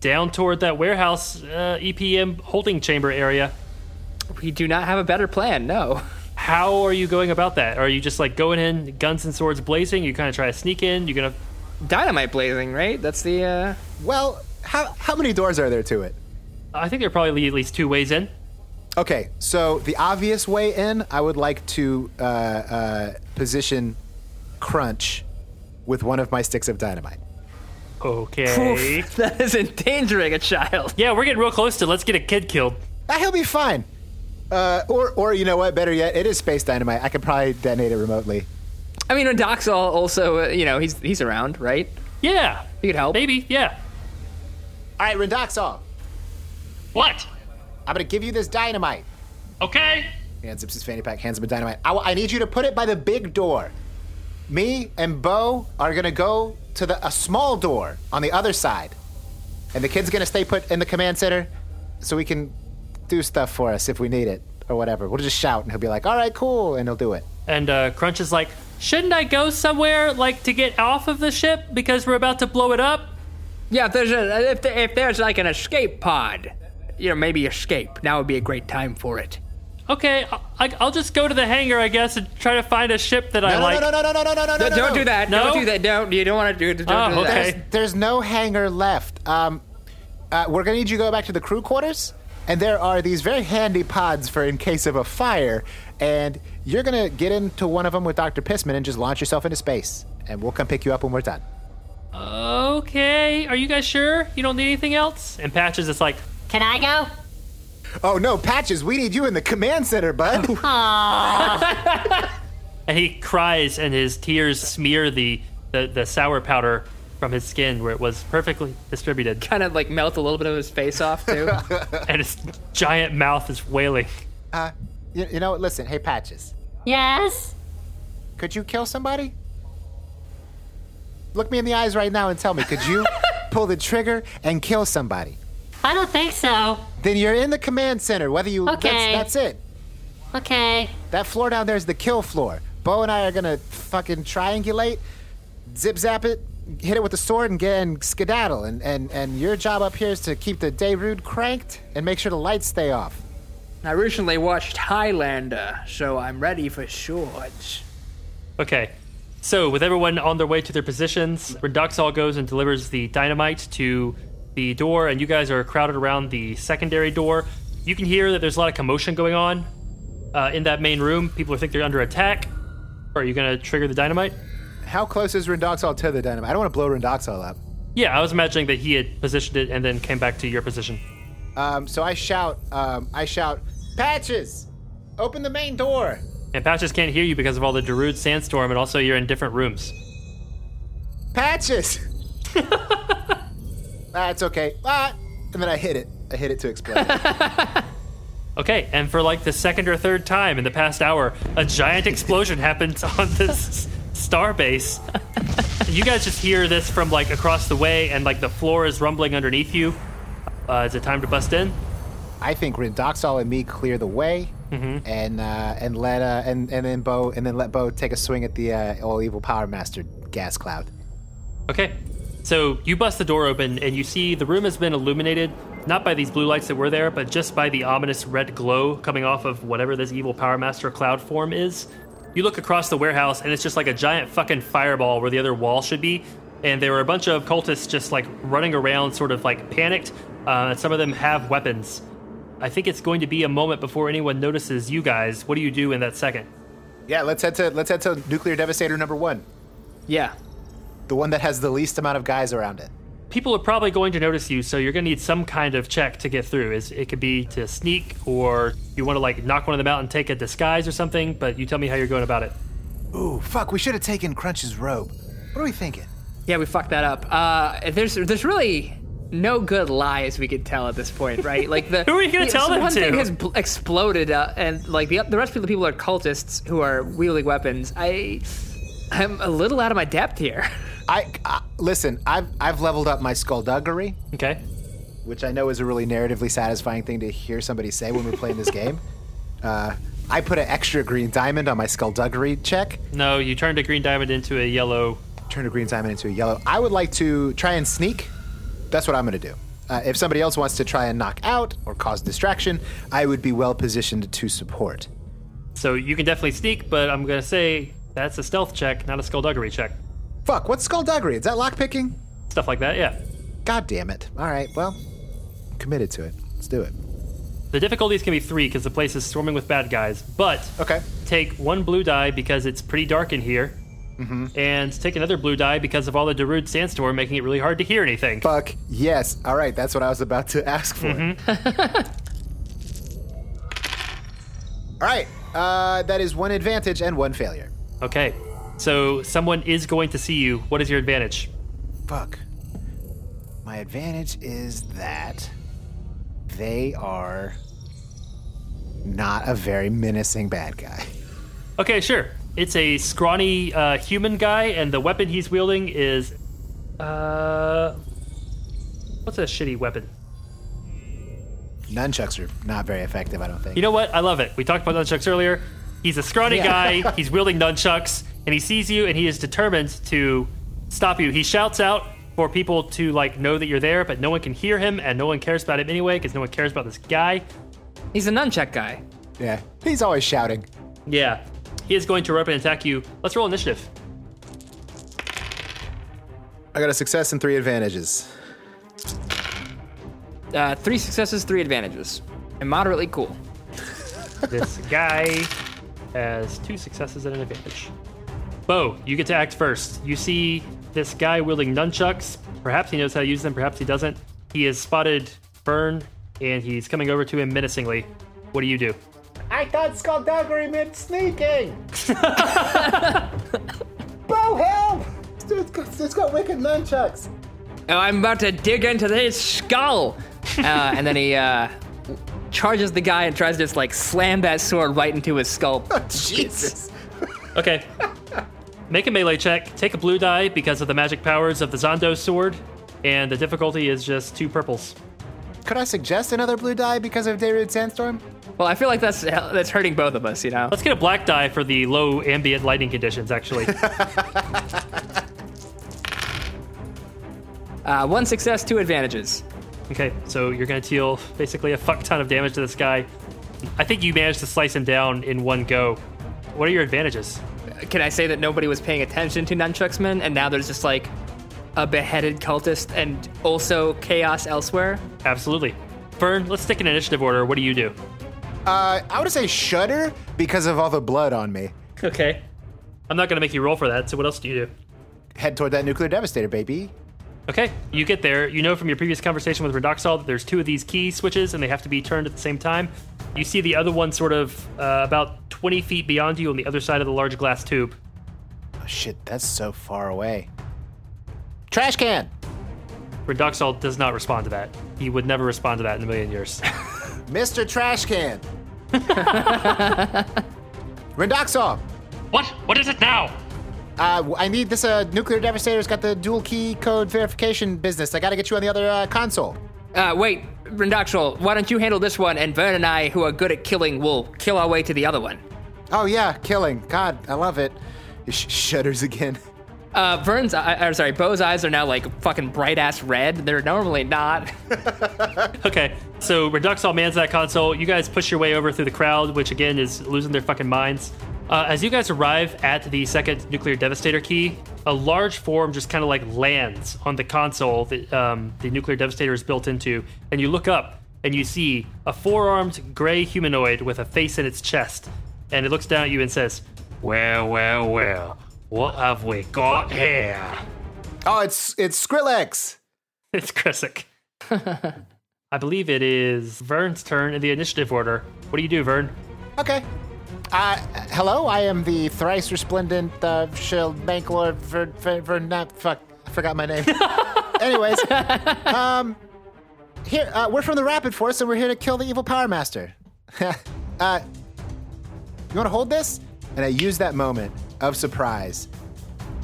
S2: down toward that warehouse uh, EPM holding chamber area.
S4: We do not have a better plan. No.
S2: How are you going about that? Are you just like going in, guns and swords blazing? You kind of try to sneak in. You're gonna.
S4: Dynamite blazing, right? That's the. uh...
S3: Well, how how many doors are there to it?
S2: I think there are probably at least two ways in.
S3: Okay, so the obvious way in, I would like to uh, uh, position Crunch with one of my sticks of dynamite.
S2: Okay.
S4: That is endangering a child.
S2: Yeah, we're getting real close to let's get a kid killed.
S3: Ah, he'll be fine. Uh, or, or you know what? Better yet, it is space dynamite. I could probably detonate it remotely.
S4: I mean, Doxal also, uh, you know, he's he's around, right?
S2: Yeah,
S4: He could help.
S2: maybe. Yeah.
S3: All right, Rendoxol,
S10: What?
S3: I'm gonna give you this dynamite.
S10: Okay.
S3: He unzips his fanny pack, hands him a dynamite. I, I need you to put it by the big door. Me and Bo are gonna go to the a small door on the other side, and the kid's gonna stay put in the command center, so we can do stuff for us if we need it. or whatever. We'll just shout, and he'll be like, "All right, cool," and he'll do it.
S2: And uh, Crunch is like, shouldn't I go somewhere like to get off of the ship because we're about to blow it up?
S4: Yeah, if there's a if, the, if there's like an escape pod, you know, maybe escape. Now would be a great time for it.
S2: Okay, I- I- I'll just go to the hangar, I guess, and try to find a ship that I
S3: No,
S2: like.
S3: no, no, no, no, no, no, no, no,
S4: No, don't do that.
S2: No?
S4: Don't do that. Don't. You don't want to do. Don't
S2: Oh,
S4: do that.
S2: okay.
S3: There's, there's no hangar left. Um, uh, we're gonna need you to go back to the crew quarters, and there are these very handy pods for in case of a fire. And you're gonna get into one of them with Doctor Pissman and just launch yourself into space, and we'll come pick you up when we're done.
S2: Okay, are you guys sure you don't need anything else? And Patches is like,
S7: Can I go?
S3: Oh no, Patches, we need you in the command center, bud.
S2: and he cries, and his tears smear the the, the sour powder from his skin where it was perfectly distributed,
S4: Kind of like melt a little bit of his face off too.
S2: and his giant mouth is wailing.
S3: Uh, you, you know, what? listen, hey Patches,
S7: Yes.
S3: could you kill somebody? Look me in the eyes right now and tell me, could you pull the trigger and kill somebody?
S7: I don't think so.
S3: Then you're in the command center. Whether you
S7: Okay.
S3: that's, that's it.
S7: Okay.
S3: That floor down there is the kill floor. Bo and I are gonna fucking triangulate, zip zap it, hit it with the sword, and get and skedaddle. And and and your job up here is to keep the Darude cranked and make sure the lights stay off.
S4: I recently watched Highlander, so I'm ready for swords.
S2: Okay. So, with everyone on their way to their positions, Reduxall goes and delivers the dynamite to the door, and you guys are crowded around the secondary door. You can hear that there's a lot of commotion going on uh, in that main room. People think they're under attack. Are you going to trigger the dynamite?
S3: How close is Rindoxal to the dynamite? I don't want to blow Rindoxal up.
S2: Yeah, I was imagining that he had positioned it and then came back to your position.
S3: Um, so I shout, um, I shout, patches, open the main door.
S2: And Patches can't hear you because of all the Darude sandstorm, and also you're in different rooms.
S3: Patches. That's okay. Ah, and then I hit it. I hit it to explode.
S2: Okay, and for like the second or third time in the past hour, a giant explosion happens on this star base. you guys just hear this from like across the way, and like the floor is rumbling underneath you. Uh, is it time to bust in?
S3: I think Rindoxal and me clear the way, and uh, and let uh, and and then Bo and then let Bo take a swing at the uh, all evil power master gas cloud.
S2: Okay. So you bust the door open and you see the room has been illuminated not by these blue lights that were there, but just by the ominous red glow coming off of whatever this evil Power Master cloud form is. You look across the warehouse and it's just like a giant fucking fireball where the other wall should be. And there were a bunch of cultists just like running around, sort of like panicked. Uh, some of them have weapons. I think it's going to be a moment before anyone notices you guys. What do you do in that second?
S3: Yeah, let's head to let's head to nuclear devastator number one,
S4: Yeah.
S3: the one that has the least amount of guys around it.
S2: people are probably going to notice you, so you're going to need some kind of check to get through. Is it could be to sneak, or you want to like knock one of them out and take a disguise or something. But you tell me how you're going about it.
S3: Ooh, fuck! We should have taken Crunch's robe. What are we thinking?
S4: Yeah, we fucked that up. Uh, there's there's really no good lies we could tell at this point, right? Like the
S2: Who are you gonna
S4: the-
S2: tell
S4: so
S2: them
S4: one thing
S2: to?
S4: has bl- exploded, uh, and like the the rest of the people are cultists who are wielding weapons. I I'm a little out of my depth here.
S3: I, I listen. I've I've leveled up my skullduggery,
S2: Okay.
S3: which I know is a really narratively satisfying thing to hear somebody say when we're playing this game. Uh, I put an extra green diamond on my skullduggery check.
S2: No, you turned a green diamond into a yellow.
S3: turn a green diamond into a yellow. I would like to try and sneak. That's what I'm going to do. Uh, if somebody else wants to try and knock out or cause distraction, I would be well positioned to support.
S2: So you can definitely sneak, but I'm going to say that's a stealth check, not a skullduggery check.
S3: Fuck, what's skullduggery? Is that lockpicking?
S2: Stuff like that. Yeah.
S3: God damn it. All right, well, I'm committed to it. Let's do it.
S2: The difficulties can be three because the place is swarming with bad guys. But
S3: Okay.
S2: take one blue die because it's pretty dark in here. And take another blue die because of all the Darude sandstorm making it really hard to hear anything.
S3: Fuck, yes. All right, that's what I was about to ask for. All right, uh, that is one advantage and one failure.
S2: Okay. So someone is going to see you. What is your advantage?
S3: Fuck. My advantage is that they are not a very menacing bad guy.
S2: Okay, sure. It's a scrawny uh, human guy, and the weapon he's wielding is. Uh. What's a shitty weapon?
S3: Nunchucks are not very effective, I don't think.
S2: You know what? I love it. We talked about nunchucks earlier. He's a scrawny
S3: Yeah.
S2: guy. He's wielding nunchucks, and he sees you, and he is determined to stop you. He shouts out for people to like know that you're there, but no one can hear him, and no one cares about him anyway because no one cares about this guy.
S4: He's a nunchuck guy.
S3: yeah, he's always shouting.
S2: Yeah, he is going to run up and attack you. Let's roll initiative.
S3: I got a success and three advantages.
S4: Uh, three successes, three advantages, and moderately cool.
S2: This guy has two successes and an advantage. Bo, you get to act first. You see this guy wielding nunchucks. Perhaps he knows how to use them, perhaps he doesn't. He has spotted Fern, and he's coming over to him menacingly. What do you do?
S11: I thought skullduggery meant sneaking. Bo, help! It's got, it's got wicked nunchucks.
S4: Oh, I'm about to dig into his skull. Uh, and then he uh, charges the guy and tries to just like slam that sword right into his skull.
S3: Oh, Jesus.
S2: Okay. Make a melee check, take a blue die because of the magic powers of the Zondo sword, and the difficulty is just two purples.
S3: Could I suggest another blue die because of Darude Sandstorm?
S4: Well, I feel like that's that's hurting both of us, you know.
S2: Let's get a black die for the low ambient lighting conditions, actually.
S4: Uh, one success, two advantages.
S2: Okay, so you're gonna deal basically a fuck ton of damage to this guy. I think you managed to slice him down in one go. What are your advantages?
S4: Can I say that nobody was paying attention to nunchucksmen, and now there's just like a beheaded cultist and also chaos elsewhere?
S2: Absolutely. Fern, let's stick in initiative order. What do you do?
S3: Uh, I would say shudder because of all the blood on me.
S2: Okay. I'm not gonna make you roll for that, so what else do you do?
S3: Head toward that nuclear devastator, baby.
S2: Okay, you get there. You know from your previous conversation with Redoxol that there's two of these key switches and they have to be turned at the same time. You see the other one sort of uh, about 20 feet beyond you on the other side of the large glass tube.
S3: Oh, shit, that's so far away. Trash can.
S2: Redoxol does not respond to that. He would never respond to that in a million years.
S3: Mr. Trash Can. Rendoxol.
S10: What? What is it now?
S3: Uh, I need this. Uh, nuclear devastator's got the dual key code verification business. I gotta get you on the other uh, console.
S4: Uh, wait, Rendaxel, why don't you handle this one, and Vern and I, who are good at killing, will kill our way to the other one.
S3: Oh yeah, killing. God, I love it. It sh- shudders again.
S4: Uh, Vern's, I, am sorry, Bo's eyes are now like fucking bright ass red. They're normally not.
S2: Okay, so Reduxall mans that console. You guys push your way over through the crowd, which again is losing their fucking minds. Uh, as you guys arrive at the second nuclear devastator key, a large form just kind of like lands on the console that um, the nuclear devastator is built into, and you look up and you see a four-armed gray humanoid with a face in its chest, and it looks down at you and says, "Well, well, well, what have we got here?"
S3: Oh, it's it's Skrillex.
S2: It's Krissick. I believe it is Vern's turn in the initiative order. What do you do, Vern?
S3: Okay. Uh, hello, I am the thrice resplendent uh, shield bank lord for, for, for not fuck. I forgot my name. Anyways, um, here uh, we're from the Rapid Force, and we're here to kill the evil Power Master. uh, you want to hold this? And I use that moment of surprise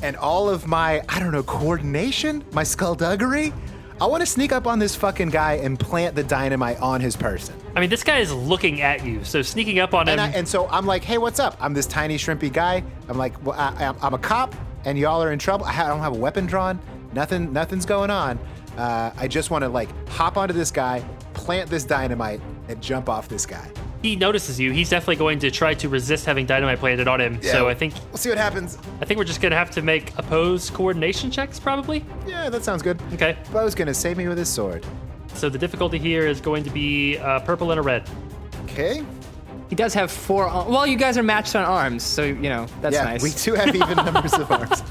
S3: and all of my, I don't know, coordination, my skullduggery. I want to sneak up on this fucking guy and plant the dynamite on his person.
S2: I mean, this guy is looking at you, so sneaking up on him.
S3: And, I, and so I'm like, hey, what's up? I'm this tiny, shrimpy guy. I'm like, well, I, I'm, I'm a cop, and y'all are in trouble. I ha- I don't have a weapon drawn. Nothing, nothing's going on. Uh, I just want to like hop onto this guy, plant this dynamite, and jump off this guy.
S2: he notices you. He's definitely going to try to resist having dynamite planted on him.
S3: Yeah.
S2: So I think
S3: We'll see what happens.
S2: I think we're just gonna have to make opposed coordination checks, probably.
S3: Yeah, that sounds good.
S2: Okay.
S3: Bo's gonna save me with his sword.
S2: So the difficulty here is going to be uh, purple and a red.
S3: Okay.
S4: he does have four. ar- Well, you guys are matched on arms, so you know that's
S3: yeah,
S4: nice.
S3: we do have even numbers of arms.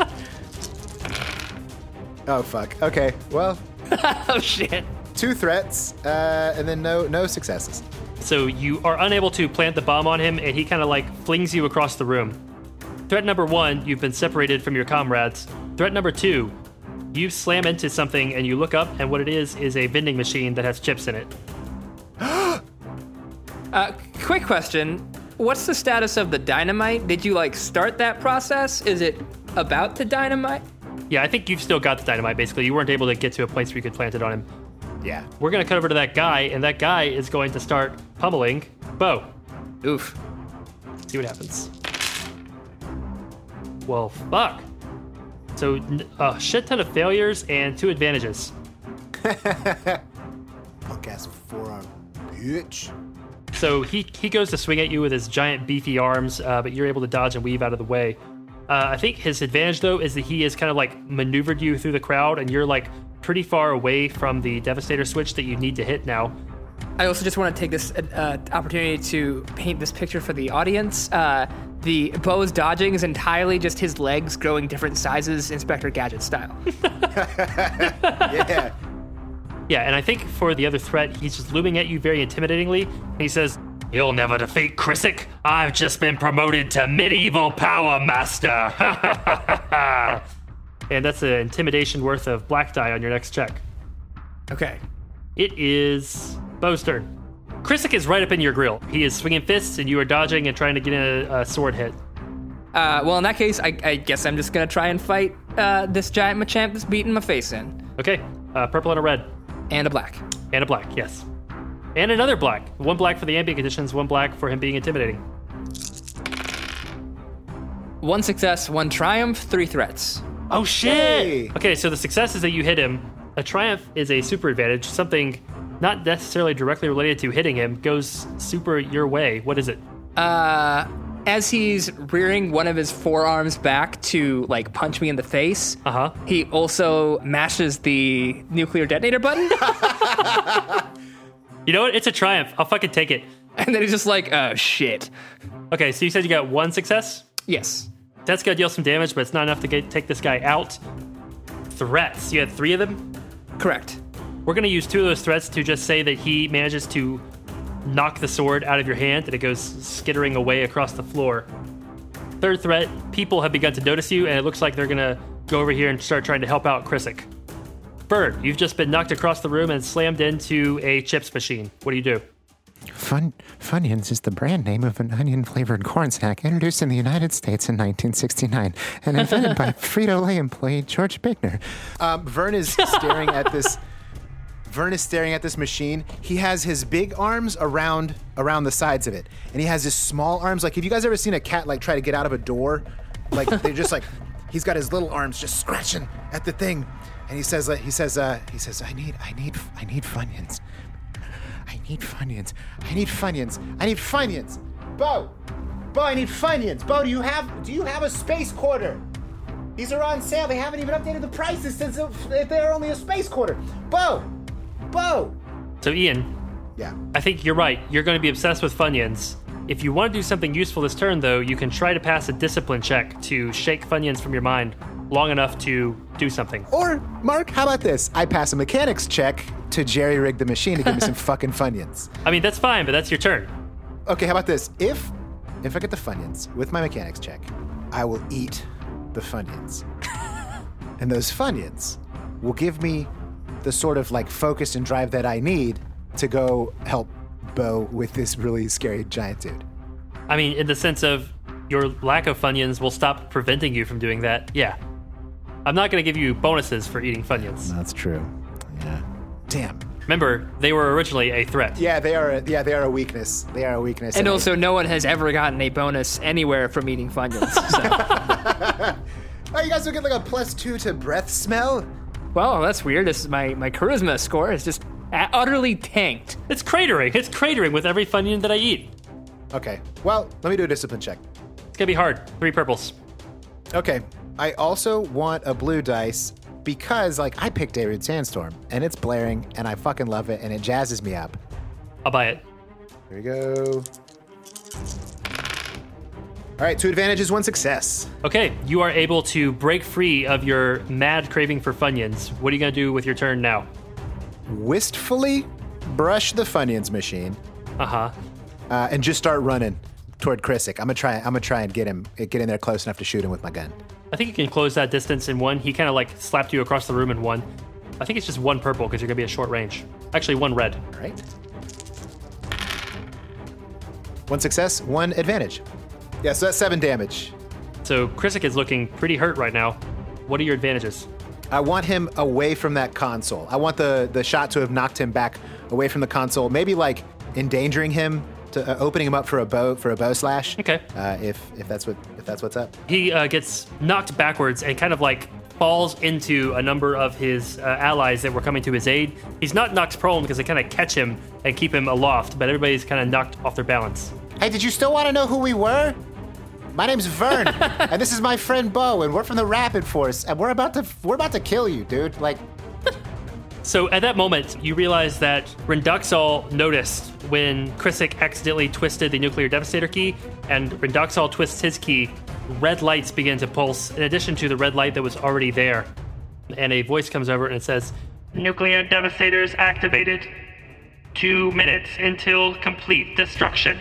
S3: Oh fuck. Okay. Well,
S4: oh shit!
S3: two threats, uh, and then no no successes.
S2: So you are unable to plant the bomb on him, and he kind of like flings you across the room. Threat number one, you've been separated from your comrades. Threat number two, you slam into something and you look up, and what it is is a vending machine that has chips in it.
S4: Uh, quick question: What's the status of the dynamite? Did you like start that process? Is it about the dynamite?
S2: Yeah, I think you've still got the dynamite, basically. You weren't able to get to a place where you could plant it on him.
S3: Yeah.
S2: We're going to cut over to that guy, and that guy is going to start pummeling Bo.
S4: Oof.
S2: See what happens. Well, fuck. So, n- a shit ton of failures and two advantages.
S3: Punk ass forearm, bitch.
S2: So he he goes to swing at you with his giant beefy arms, uh, but you're able to dodge and weave out of the way. Uh, I think his advantage though is that he has kind of like maneuvered you through the crowd, and you're like pretty far away from the Devastator switch that you need to hit now.
S12: I also just want to take this uh, uh, opportunity to paint this picture for the audience. Uh, the Bo's dodging is entirely just his legs growing different sizes, Inspector Gadget style.
S3: Yeah.
S2: Yeah, and I think for the other threat, he's just looming at you very intimidatingly. And he says, "You'll never defeat Krissick. I've just been promoted to medieval power master." and that's an intimidation worth of black die on your next check.
S12: okay.
S2: It is Bo's turn. Krissick is right up in your grill. He is swinging fists, and you are dodging and trying to get in a, a sword hit.
S12: Uh, well, in that case, I, I guess I'm just gonna try and fight uh, this giant Machamp that's beating my face in,
S2: Okay, uh, purple and a red,
S12: and a black.
S2: and a black, yes. And another black. One black for the ambient conditions, one black for him being intimidating.
S12: One success, one triumph, three threats.
S2: Oh,
S3: shit!
S2: Okay, so the success is that you hit him. A triumph is a super advantage, something not necessarily directly related to hitting him, goes super your way. What is it?
S12: Uh, as he's rearing one of his forearms back to like punch me in the face,
S2: Uh-huh.
S12: he also mashes the nuclear detonator button,
S2: You know what? It's a triumph. I'll fucking take it.
S12: and then he's just like, "Oh shit!"
S2: Okay, so you said you got one success?
S12: Yes.
S2: That's gonna deal some damage, but it's not enough to get, take this guy out. Threats. You had three of them.
S12: Correct.
S2: We're gonna use two of those threats to just say that he manages to knock the sword out of your hand and it goes skittering away across the floor. Third threat, people have begun to notice you, and it looks like they're gonna go over here and start trying to help out Krissick. Bird, you've just been knocked across the room and slammed into a chips machine. What do you do?
S3: Fun Funyuns is the brand name of an onion-flavored corn snack introduced in the United States in 1969 and invented by Frito-Lay employee George Bigner. Um, Vern is staring at this. Vern is staring at this machine. He has his big arms around around the sides of it, and he has his small arms. Like, have you guys ever seen a cat like try to get out of a door? Like they're just like, he's got his little arms just scratching at the thing, and he says, like, he says, uh, he says, I need, I need, I need Funyuns. I need Funyuns. I need Funyuns. I need Funyuns. Bo, Bo, I need Funyuns. Bo, do you have do you have a space quarter? These are on sale. They haven't even updated the prices since if they're only a space quarter. Bo, Bo.
S2: So, Ian,
S3: Yeah.
S2: I think you're right. You're going to be obsessed with Funyuns. If you want to do something useful this turn, though, you can try to pass a discipline check to shake Funyuns from your mind long enough to do something.
S3: Or Mark, how about this? I pass a mechanics check to jerry rig the machine to give me some fucking Funyuns.
S2: I mean, that's fine, but that's your turn.
S3: Okay, how about this? If if I get the Funyuns with my mechanics check, I will eat the Funyuns. and those Funyuns will give me the sort of like focus and drive that I need to go help Bo with this really scary giant dude.
S2: I mean, in the sense of your lack of Funyuns will stop preventing you from doing that. Yeah. I'm not going to give you bonuses for eating Funyuns.
S3: That's true. Yeah. Damn.
S2: Remember, they were originally a threat.
S3: Yeah, they are. A, yeah, they are a weakness. They are a weakness.
S12: And also, no one has ever gotten a bonus anywhere from eating Funyuns. So.
S3: oh, you guys will get like a plus two to breath smell.
S12: well, that's weird. This is my my charisma score is just a- utterly tanked.
S2: It's cratering. It's cratering with every Funyun that I eat.
S3: Okay. Well, let me do a discipline check.
S2: It's going to be hard. Three purples.
S3: Okay. I also want a blue dice because, like, I picked Darude Sandstorm and it's blaring and I fucking love it and it jazzes me up.
S2: I'll buy it.
S3: Here we go. All right, two advantages, one success.
S2: Okay, you are able to break free of your mad craving for Funyuns. What are you going to do with your turn now?
S3: Wistfully brush the Funyuns machine
S2: Uh huh.
S3: uh, and just start running toward Krissick. I'm gonna try. I'm gonna try and get him, get in there close enough to shoot him with my gun.
S2: I think you can close that distance in one. He kind of like slapped you across the room in one. I think it's just one purple because you're going to be at short range. Actually, one red.
S3: All right. One success, one advantage. Yeah, so that's seven damage.
S2: So Krissick is looking pretty hurt right now. What are your advantages?
S3: I want him away from that console. I want the the shot to have knocked him back away from the console, maybe like endangering him to uh, opening him up for a bow for a bow slash.
S2: Okay.
S3: Uh, if if that's what if that's what's up.
S2: He uh, gets knocked backwards and kind of like falls into a number of his uh, allies that were coming to his aid. He's not knocked prone because they kind of catch him and keep him aloft, but everybody's kind of knocked off their balance.
S3: Hey, did you still want to know who we were? My name's Vern, and this is my friend Bo, and we're from the Rapid Force, and we're about to we're about to kill you, dude. Like,
S2: So at that moment, you realize that Renduxal noticed when Krissick accidentally twisted the nuclear devastator key, and Renduxal twists his key. Red lights begin to pulse, in addition to the red light that was already there. And a voice comes over and it says,
S13: Nuclear devastators activated. Two minutes until complete destruction.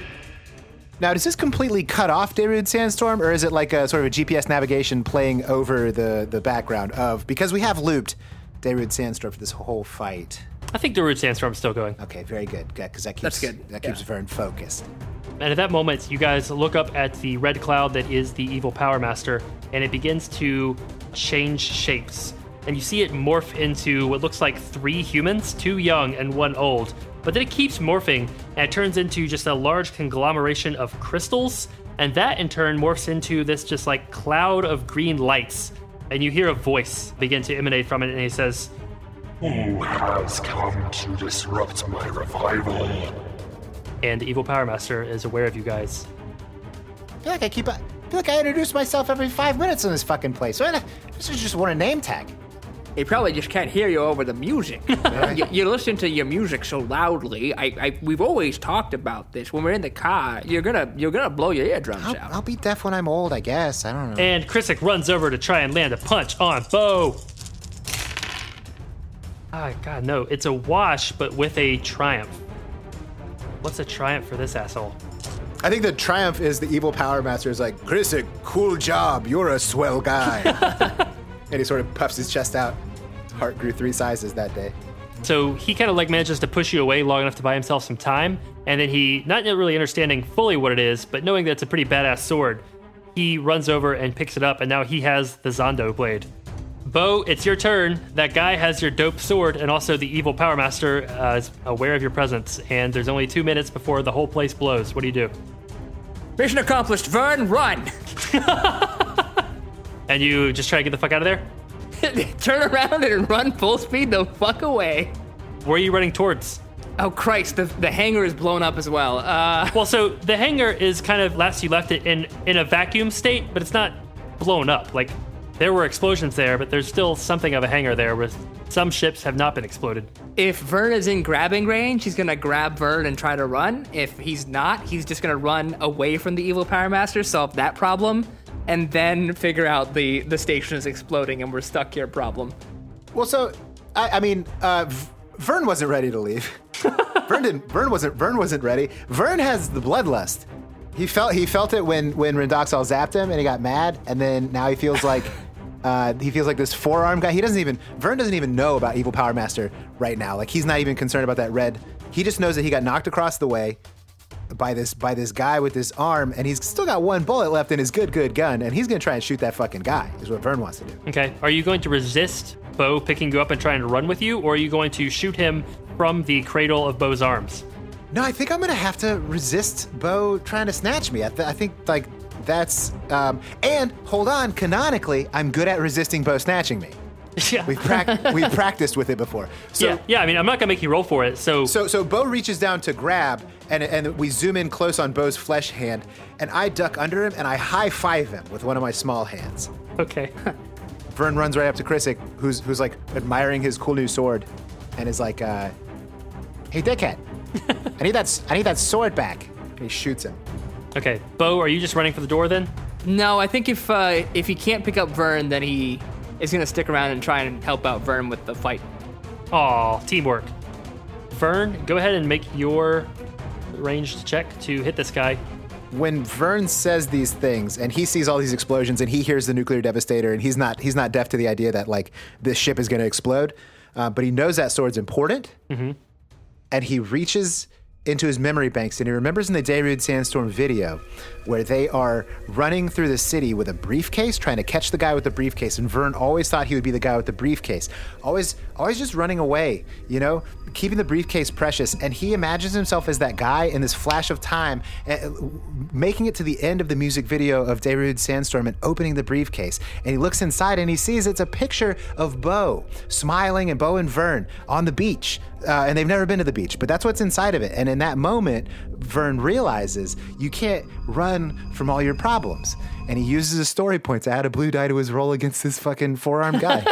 S3: now does this completely cut off Darude Sandstorm, or is it like a sort of a GPS navigation playing over the the background of because we have looped Darude Sandstorm for this whole fight?
S2: I think the root sandstorm's still going.
S3: Okay, very good, because that keeps
S4: That's good,
S3: that keeps Vern focused.
S2: And at that moment, you guys look up at the red cloud that is the evil Power Master, and it begins to change shapes. And you see it morph into what looks like three humans, two young and one old. But then it keeps morphing, and it turns into just a large conglomeration of crystals. And that in turn morphs into this just like cloud of green lights. And you hear a voice begin to emanate from it, and he says,
S14: Who has come to disrupt my revival?
S2: and the evil Power Master is aware of you guys.
S3: I feel like I keep I feel like I introduce myself every five minutes in this fucking place. Why not- This is just want a name tag.
S4: They probably just can't hear you over the music. you, you listen to your music so loudly. I, I, we've always talked about this. When we're in the car, you're gonna, you're gonna blow your eardrums
S3: I'll,
S4: out.
S3: I'll be deaf when I'm old, I guess. I don't know.
S2: And Krissick runs over to try and land a punch on Bo. Ah, God, no. It's a wash, but with a triumph. What's a triumph for this asshole?
S3: I think the triumph is the evil power master is like, Chris, a cool job. You're a swell guy. and he sort of puffs his chest out. His heart grew three sizes that day.
S2: So he kind of like manages to push you away long enough to buy himself some time, and then he, not yet really understanding fully what it is, but knowing that it's a pretty badass sword, he runs over and picks it up, and now he has the Zondo blade. Bo, it's your turn. That guy has your dope sword, and also the evil Power Master uh, is aware of your presence. And there's only two minutes before the whole place blows. What do you do?
S4: Mission accomplished. Vern, run.
S2: And you just try to get the fuck out of there?
S4: Turn around and run full speed the fuck away.
S2: Where are you running towards?
S12: Oh Christ, the the hangar is blown up as well. Uh,
S2: Well, so the hangar is kind of last you left it in in a vacuum state, but it's not blown up. Like there were explosions there, but there's still something of a hangar there with some ships have not been exploded.
S12: if Vern is in grabbing range, he's gonna grab Vern and try to run. If he's not, he's just gonna run away from the evil Power Master, solve that problem, and then figure out the the station is exploding and we're stuck here problem.
S3: Well, so, I, I mean, uh, v- Vern wasn't ready to leave. Vern, didn't, Vern wasn't. Vern wasn't ready. Vern has the bloodlust. He felt. He felt it when when Rendoxal zapped him, and he got mad. And then now he feels like uh, he feels like this forearm guy. He doesn't even. Vern doesn't even know about Evil Power Master right now. Like he's not even concerned about that red. He just knows that he got knocked across the way by this by this guy with this arm, and he's still got one bullet left in his good good gun, and he's gonna try and shoot that fucking guy. Is what Vern wants to do.
S2: Okay, are you going to resist Bo picking you up and trying to run with you, or are you going to shoot him from the cradle of Bo's arms?
S3: No, I think I'm gonna have to resist Bo trying to snatch me. I, th- I think like that's um, and hold on. Canonically, I'm good at resisting Bo snatching me.
S2: Yeah.
S3: We've prac- we've practiced with it before. So
S2: yeah, yeah. I mean, I'm not gonna make you roll for it. So,
S3: so so Bo reaches down to grab, and and we zoom in close on Bo's flesh hand, and I duck under him and I high five him with one of my small hands.
S2: okay.
S3: Vern runs right up to Krissick, who's who's like admiring his cool new sword, and is like, uh, "Hey, dickhead, I need that s- I need that sword back." And he shoots him.
S2: okay, Bo, are you just running for the door then?
S12: No, I think if uh, if he can't pick up Vern, then he is gonna stick around and try and help out Vern with the fight.
S2: Aw, teamwork. Vern, go ahead and make your ranged check to hit this guy.
S3: when Vern says these things and he sees all these explosions and he hears the nuclear devastator and he's not he's not deaf to the idea that like this ship is going to explode, uh, but he knows that sword's important, and he reaches into his memory banks, and he remembers in the Darude Sandstorm video where they are running through the city with a briefcase, trying to catch the guy with the briefcase. And Vern always thought he would be the guy with the briefcase, always, always just running away, you know, keeping the briefcase precious. And he imagines himself as that guy in this flash of time, uh, making it to the end of the music video of Darude Sandstorm and opening the briefcase. And he looks inside and he sees it's a picture of Bo smiling, and Bo and Vern on the beach uh, and they've never been to the beach, but that's what's inside of it. And in that moment, Vern realizes you can't run from all your problems. And he uses a story point to add a blue die to his roll against this fucking forearm guy.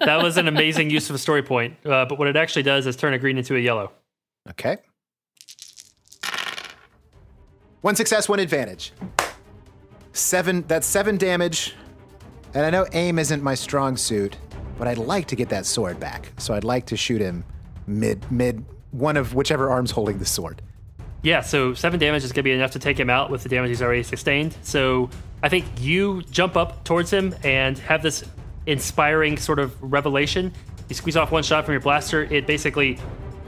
S2: That was an amazing use of a story point. Uh, but what it actually does is turn a green into a yellow.
S3: okay. One success, one advantage. Seven, that's seven damage. And I know aim isn't my strong suit, but I'd like to get that sword back. So I'd like to shoot him mid, mid, one of whichever arm's holding the sword.
S2: Yeah, so seven damage is going to be enough to take him out with the damage he's already sustained. So I think you jump up towards him and have this inspiring sort of revelation. You squeeze off one shot from your blaster, it basically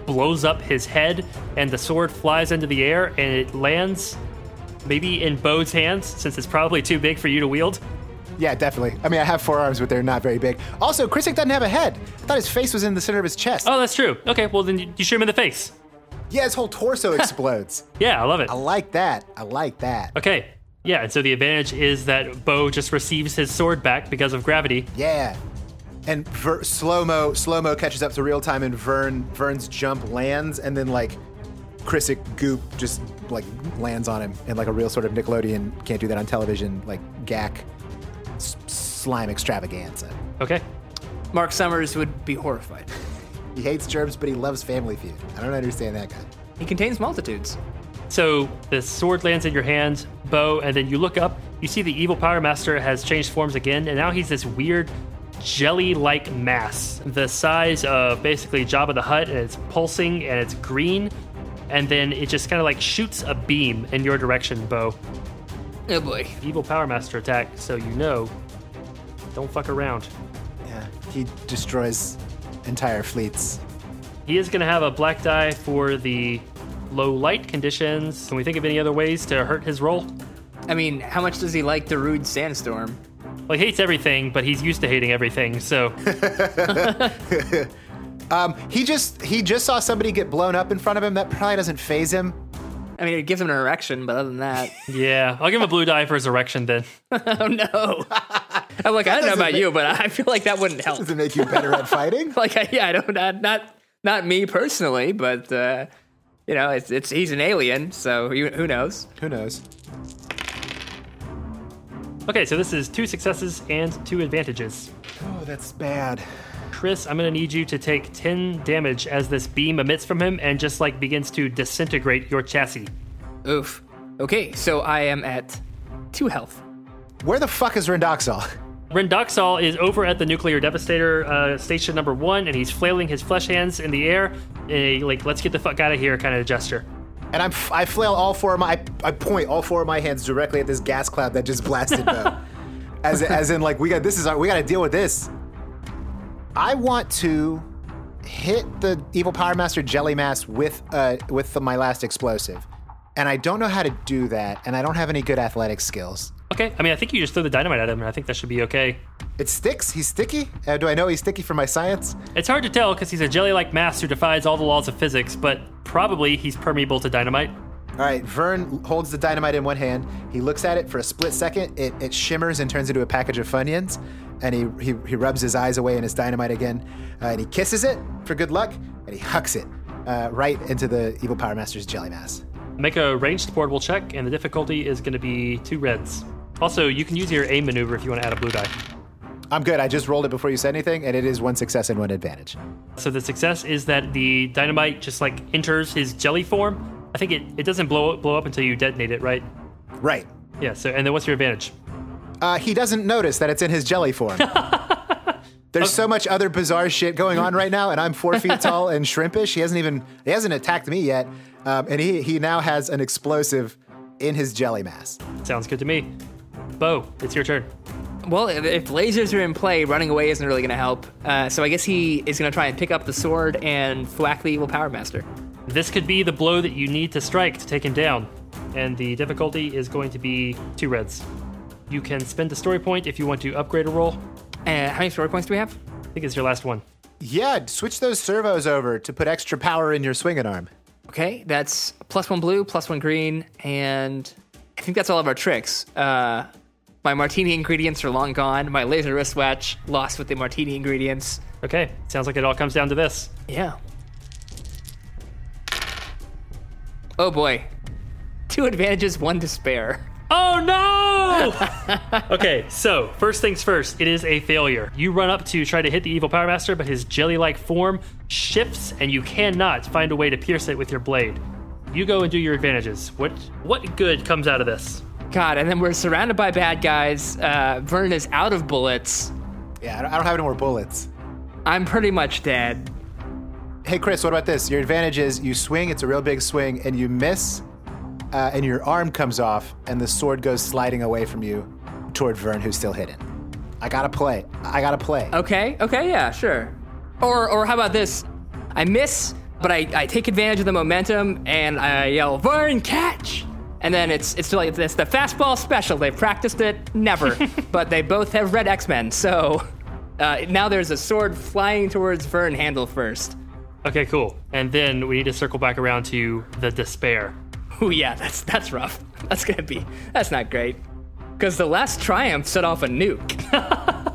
S2: blows up his head, and the sword flies into the air and it lands maybe in Bo's hands, since it's probably too big for you to wield.
S3: Yeah, definitely. I mean, I have four arms, but they're not very big. Also, Krizik doesn't have a head. I thought his face was in the center of his chest.
S2: Oh, that's true. Okay, well, then you- you shoot him in the face.
S3: Yeah, his whole torso explodes.
S2: Yeah, I love it.
S3: I like that. I like that.
S2: Okay. Yeah, and so the advantage is that Bo just receives his sword back because of gravity.
S3: Yeah. And Ver- slow mo, slow mo catches up to real time, and Vern Vern's jump lands, and then like Krizik goop just like lands on him, and like a real sort of Nickelodeon can't do that on television, like gack s- slime extravaganza.
S2: Okay.
S12: Mark Summers would be horrified.
S3: He hates germs, but he loves Family Feud. I don't understand that guy.
S12: He contains multitudes.
S2: So the sword lands in your hand, Bo, and then you look up. You see the evil Power Master has changed forms again, and now he's this weird jelly like mass, the size of basically Jabba the Hutt, and it's pulsing and it's green. And then it just kind of like shoots a beam in your direction, Bo.
S12: Oh boy.
S2: Evil Power Master attack, so you know. Don't fuck around.
S3: Yeah, he destroys entire fleets.
S2: He is going to have a black die for the low light conditions. Can we think of any other ways to hurt his roll?
S12: I mean, how much does he like the rude sandstorm?
S2: Well, he hates everything, but he's used to hating everything. So,
S3: He just he just saw somebody get blown up in front of him. That probably doesn't phase him.
S12: I mean, it gives him an erection, but other than that,
S2: yeah, I'll give him a blue die for his erection then.
S12: oh no. I'm like, I don't know about you, but I feel like that wouldn't help.
S3: Does it make you better at fighting?
S12: Like, I, yeah, I don't, not, not, not me personally, but uh, you know, it's, it's he's an alien, so you, who knows?
S3: Who knows?
S2: Okay, so this is two successes and two advantages.
S3: Oh, that's bad.
S2: Chris, I'm going to need you to take 10 damage as this beam emits from him and just like begins to disintegrate your chassis.
S12: Oof. Okay, so I am at two health.
S3: Where the fuck is Rendoxal?
S2: Rendoxal is over at the nuclear devastator uh, station number one, and he's flailing his flesh hands in the air, in a like "let's get the fuck out of here" kind of gesture.
S3: And I'm f- I flail all four of my I, I point all four of my hands directly at this gas cloud that just blasted them. as as in like we got this is our, we got to deal with this. I want to hit the evil power master jelly mass with uh with the, my last explosive. And I don't know how to do that and I don't have any good athletic skills.
S2: Okay, I mean, I think you just threw the dynamite at him, and I think that should be okay.
S3: It sticks? He's sticky? Uh, do I know he's sticky from my science?
S2: It's hard to tell because he's a jelly-like mass who defies all the laws of physics, but probably he's permeable to dynamite.
S3: All right, Vern holds the dynamite in one hand. He looks at it for a split second. It, it shimmers and turns into a package of Funyuns. And he, he, he rubs his eyes away in his dynamite again. Uh, and he kisses it for good luck. And he hucks it uh, right into the Evil Power Master's jelly mass.
S2: Make a ranged portable check, and the difficulty is going to be two reds. Also, you can use your aim maneuver if you want to add a blue die.
S3: I'm good. I just rolled it before you said anything. And it is one success and one advantage.
S2: So the success is that the dynamite just like enters his jelly form. I think it, it doesn't blow blow up until you detonate it, right?
S3: Right.
S2: Yeah. So and then what's your advantage?
S3: Uh, he doesn't notice that it's in his jelly form. There's so much other bizarre shit going on right now, and I'm four feet tall and shrimpish. He hasn't even he hasn't attacked me yet, um, and he he now has an explosive in his jelly mass.
S2: Sounds good to me. Bo, it's your turn.
S12: Well, if, if lasers are in play, running away isn't really going to help. Uh, so I guess he is going to try and pick up the sword and thwack the evil power master.
S2: This could be the blow that you need to strike to take him down, and the difficulty is going to be two reds. You can spend a story point if you want to upgrade a roll.
S4: Uh, how many story points do we have?
S2: I think it's your last one.
S3: Yeah, switch those servos over to put extra power in your swinging arm.
S4: Okay, that's plus one blue, plus one green, and I think that's all of our tricks. Uh, my martini ingredients are long gone. My laser wristwatch lost with the martini ingredients.
S2: Okay, sounds like it all comes down to this.
S4: Yeah. Oh boy. Two advantages, one despair.
S2: Oh no! okay, so first things first, it is a failure. You run up to try to hit the evil Power Master, but his jelly like form shifts and you cannot find a way to pierce it with your blade. You go and do your advantages. What what good comes out of this?
S4: God, and then we're surrounded by bad guys. Uh, Vern is out of bullets.
S3: Yeah, I don't- I don't have any more bullets.
S4: I'm pretty much dead.
S3: Hey, Chris, what about this? Your advantage is you swing, it's a real big swing, and you miss, uh, and your arm comes off, and the sword goes sliding away from you toward Vern, who's still hidden. I gotta play. I gotta play.
S4: Okay, okay, yeah, sure. Or, or how about this? I miss, but I, I take advantage of the momentum and I yell, Vern, catch! And then it's it's like it's the fastball special. They've practiced it never, but they both have red X Men. So uh, now there's a sword flying towards Vern. Handle first.
S2: Okay, cool. And then we need to circle back around to the despair.
S4: Oh yeah, that's that's rough. That's gonna be that's not great. Cause the last triumph set off a nuke.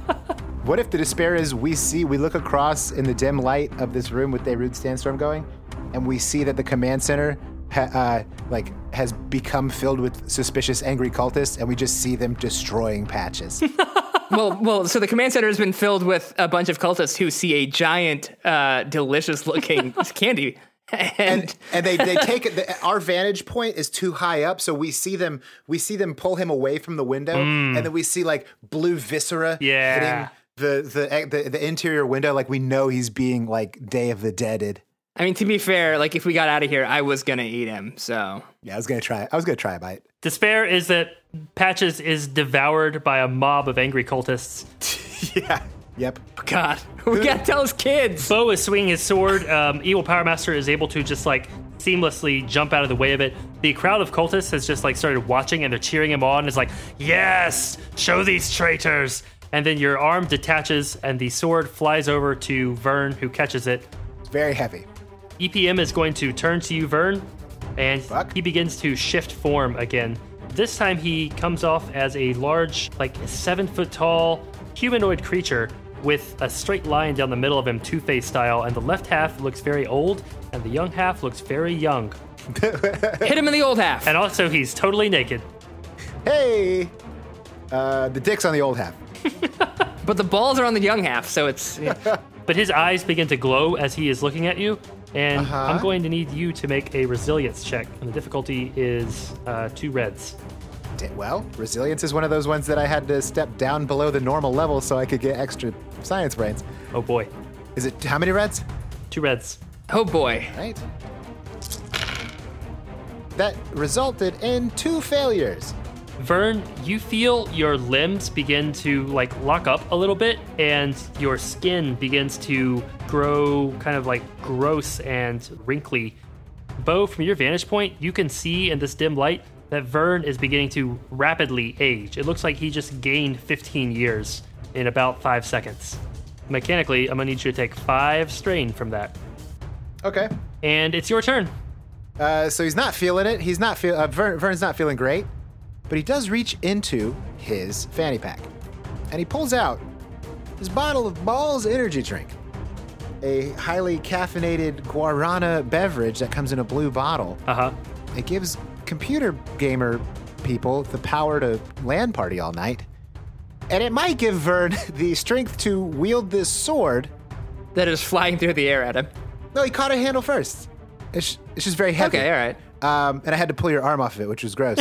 S3: What if the despair is we see, we look across in the dim light of this room with Derude Sandstorm going, and we see that the command center ha, uh, like has become filled with suspicious, angry cultists, and we just see them destroying patches.
S4: well, well. So the command center has been filled with a bunch of cultists who see a giant, uh, delicious-looking candy, and
S3: and they, they take it. The, our vantage point is too high up, so we see them we see them pull him away from the window, and then we see like blue viscera
S2: Yeah.
S3: hitting the, e, the the the interior window. Like we know he's being like Day of the Deaded.
S4: I mean, to be fair, like if we got out of here, I was gonna eat him. So
S3: Yeah, I was gonna try. I was gonna try a bite.
S2: Despair is that Patches is devoured by a mob of angry cultists.
S3: yeah. Yep.
S4: God, we gotta tell his kids.
S2: Bo is swinging his sword. Um, Evil Power Master is able to just like seamlessly jump out of the way of it. The crowd of cultists has just like started watching and they're cheering him on. It's like, yes, show these traitors. And then your arm detaches and the sword flies over to Vern, who catches it.
S3: It's very heavy.
S2: EPM E is going to turn to you, Vern, and
S3: Fuck.
S2: he begins to shift form again. This time he comes off as a large, like seven foot tall humanoid creature with a straight line down the middle of him, Two Face style, and the left half looks very old, and the young half looks very young.
S4: Hit him in the old half.
S2: And also, he's totally naked.
S3: Hey. Uh, the dick's on the old half.
S4: But the balls are on the young half, so it's
S2: But his eyes begin to glow as he is looking at you, and I'm going to need you to make a resilience check, and the difficulty is uh, two reds.
S3: Di- Well, resilience is one of those ones that I had to step down below the normal level so I could get extra science brains.
S2: Oh boy,
S3: Is it how many reds?
S2: two reds.
S4: oh boy.
S3: Right. That resulted in two failures.
S2: Vern, you feel your limbs begin to like lock up a little bit, and your skin begins to grow kind of like gross and wrinkly. Bo, from your vantage point, you can see in this dim light that Vern is beginning to rapidly age. It looks like he just gained 15 years in about five seconds. Mechanically, I'm gonna need you to take five strain from that,
S3: Okay.
S2: and it's your turn.
S3: Uh, so he's not feeling it. He's not feel. Uh, Vern, Vern's not feeling great, but he does reach into his fanny pack, and he pulls out his bottle of Ball's energy drink, a highly caffeinated guarana beverage that comes in a blue bottle.
S2: Uh huh.
S3: It gives computer gamer people the power to land party all night. And it might give Vern the strength to wield this sword.
S4: That is flying through the air at him.
S3: No, he caught a handle first. It's, it's just very heavy.
S4: Okay, all right.
S3: Um, and I had to pull your arm off of it, which was gross.